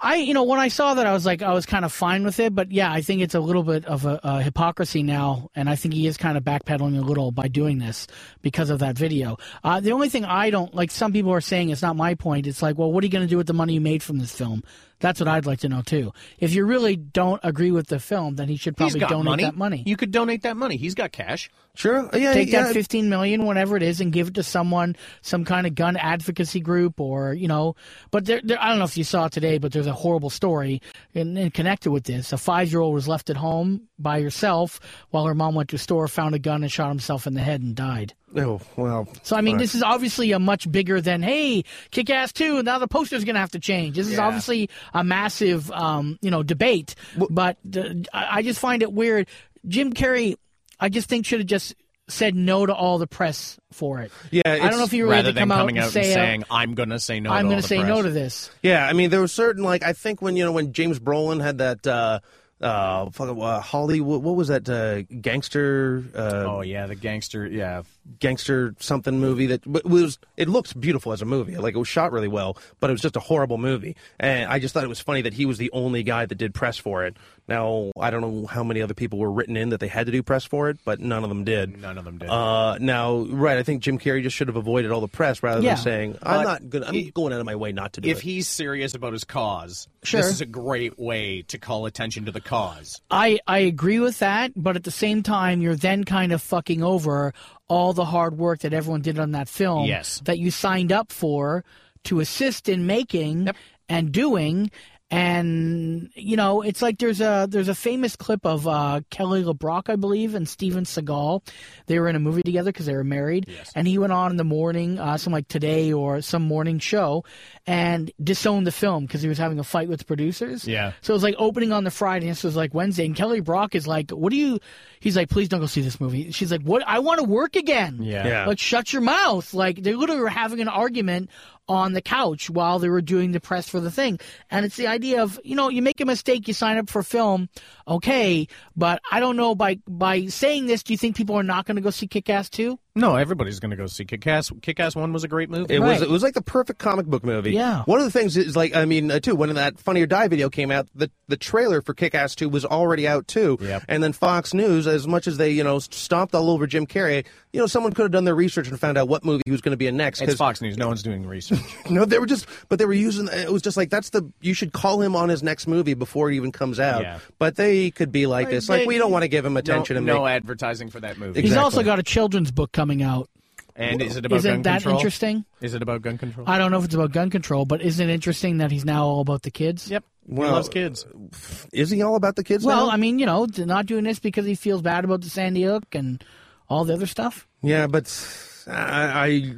I, you know, when I saw that, I was like, I was kind of fine with it, but yeah, I think it's a little bit of a, a hypocrisy now, and I think he is kind of backpedaling a little by doing this because of that video. Uh, the only thing I don't like, some people are saying it's not my point. It's like, well, what are you going to do with the money you made from this film? That's what I'd like to know too. If you really don't agree with the film, then he should He's probably got donate money. that money. You could donate that money. He's got cash. Sure. Uh, Yeah. Take yeah. that 15 million, whatever it is, and give it to someone, some kind of gun advocacy group or, you know. But there, there, I don't know if you saw it today, but there's a horrible story and, and connected with this. A five year old was left at home by herself while her mom went to a store, found a gun, and shot himself in the head and died. Oh, well. So, I mean, this is obviously a much bigger than, hey, kick ass 2, now the poster's going to have to change. This is obviously a massive, um, you know, debate. but uh, I I just find it weird. Jim Carrey, I just think, should have just said no to all the press for it. Yeah, I it's- don't know if you were Rather ready to than come out coming and out and say, uh, saying, "I'm going to say no." I'm going to say no to this. Yeah, I mean, there were certain like I think when you know when James Brolin had that uh uh fucking uh, Hollywood, what was that uh, gangster uh, Oh yeah, the gangster. Yeah, gangster something movie that but it was it looks beautiful as a movie, like it was shot really well, but it was just a horrible movie. And I just thought it was funny that he was the only guy that did press for it. Now I don't know how many other people were written in that they had to do press for it, but none of them did. none of them did. Uh, now, right? I think Jim Carrey just should have avoided all the press rather Yeah. than saying, "I'm But not gonna, I'm going out of my way not to do if it." he's serious about his cause, Sure. this is a great way to call attention to the cause. I, I agree with that, but at the same time, you're then kind of fucking over all the hard work that everyone did on that film Yes. that you signed up for to assist in making and doing. And you know, it's like there's a there's a famous clip of uh, Kelly LeBrock, I believe, and Steven Seagal. They were in a movie together because they were married. And he went on in the morning, uh, some like Today or some morning show, and disowned the film because he was having a fight with the producers. Yeah. So it was like opening on the Friday, and this was like Wednesday. And Kelly Brock is like, "What do you?" He's like, "Please don't go see this movie." She's like, "What? I want to work again." Yeah. Yeah. Like, shut your mouth. Like they literally were having an argument on the couch while they were doing the press for the thing. And it's the idea of you know you make a mistake, you sign up for film, okay, but I don't know by by saying this, do you think people are not going to go see Kick Ass two? No, everybody's going to go see Kick-Ass. Kick-Ass One was a great movie. It Right. was it was like the perfect comic book movie. Yeah. One of the things is like I mean uh, too when that Funny or Die video came out, the the trailer for Kick Ass Two was already out too. Yep. And then Fox News, as much as they you know stomped all over Jim Carrey, you know someone could have done their research and found out what movie he was going to be in next. It's 'cause- Fox News. No one's doing research. No, they were just but they were using it was just like that's the you should call him on his next movie before it even comes out. Yeah. But they could be like this, like they- we don't want to give him attention no, and no make. advertising for that movie. He's Exactly. also got a children's book coming out. And is it about Isn't gun that control? interesting? Is it about gun control? I don't know if it's about gun control, but isn't it interesting that he's now all about the kids? yep. Well, he loves kids. Is he all about the kids? Well, now? I mean, you know, d- not doing this because he feels bad about the Sandy Hook and all the other stuff. Yeah, but I, I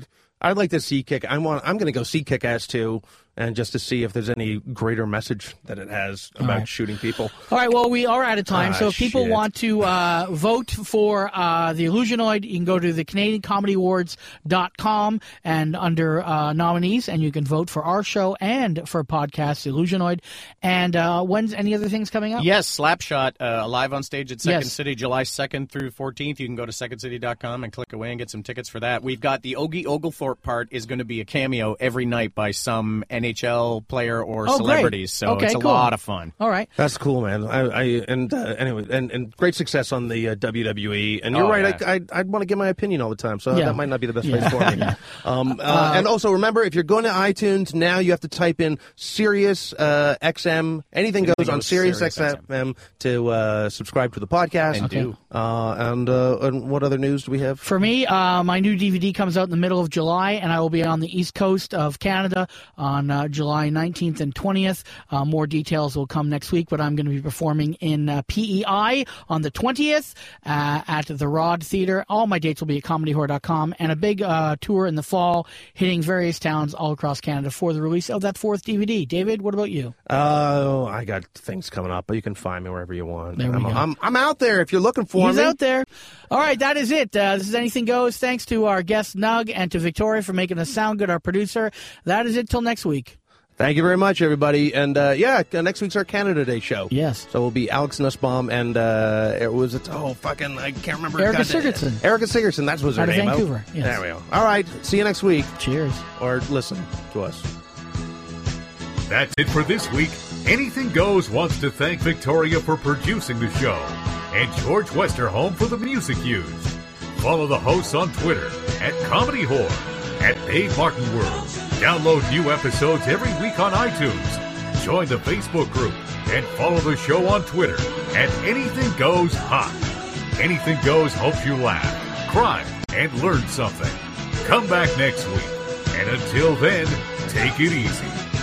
I'd like to see kick. I want. I'm going to go see Kick Ass too, and just to see if there's any greater message that it has about shooting people. All right, well, we are out of time. Ah, so if people shit. want to uh, vote for uh, The Illusionoid, you can go to the Canadian Comedy Awards.com and under uh, nominees, and you can vote for our show and for podcast The Illusionoid. And uh, when's any other things coming up? Yes, Slapshot, uh, live on stage at Second Yes. City, July 2nd through 14th. You can go to secondcity.com and click away and get some tickets for that. We've got the Ogie Oglethorpe part is going to be a cameo every night by some NHL player Oh, or great. celebrities, so Okay, it's a cool. lot of fun. All right. That's cool, man. I, I and uh, anyway, and, and great success on the uh, WWE. And you're Oh, right. yeah. I, I I'd want to give my opinion all the time, so Yeah. that might not be the best place for me. Um, uh, and also remember, if you're going to iTunes now, you have to type in Sirius uh, XM. Anything goes on goes Sirius, Sirius XM, to uh, subscribe to the podcast. And do. Uh, and uh, and what other news do we have? For me, uh, my new DVD comes out in the middle of July, and I will be on the east coast of Canada on uh, July 19th and 20th. Uh, more details will come next week, but I'm going to be performing in uh, PEI on the 20th uh, at the Rod Theater. All my dates will be at comedyhorror.com, and a big uh, tour in the fall hitting various towns all across Canada for the release of that fourth DVD. David, what about you? Oh, I got things coming up, but you can find me wherever you want. There we I'm, go. I'm, I'm out there if you're looking for He's me. out there. All right, that is it. Uh, this is Anything Goes. Thanks to our guest Nug and to Victoria for making us sound good, our producer. That is it till next week. Thank you very much, everybody. And uh, yeah, uh, next week's our Canada Day show. Yes. So we'll be Alex Nussbaum and uh, it was it's oh fucking I can't remember. Erica goddamn- Sigurdsson. Erica Sigurdsson. That was her Out of name. oh. Vancouver, yes. There we go. All right. See you next week, Cheers. or listen to us. That's it for this week. Anything Goes wants to thank Victoria for producing the show and George Westerholm for the music used. Follow the hosts on Twitter at Comedy Whore, at Dave Martin World. Download new episodes every week on iTunes. Join the Facebook group and follow the show on Twitter at Anything Goes Hot. Anything Goes hopes you laugh, cry, and learn something. Come back next week. And until then, take it easy.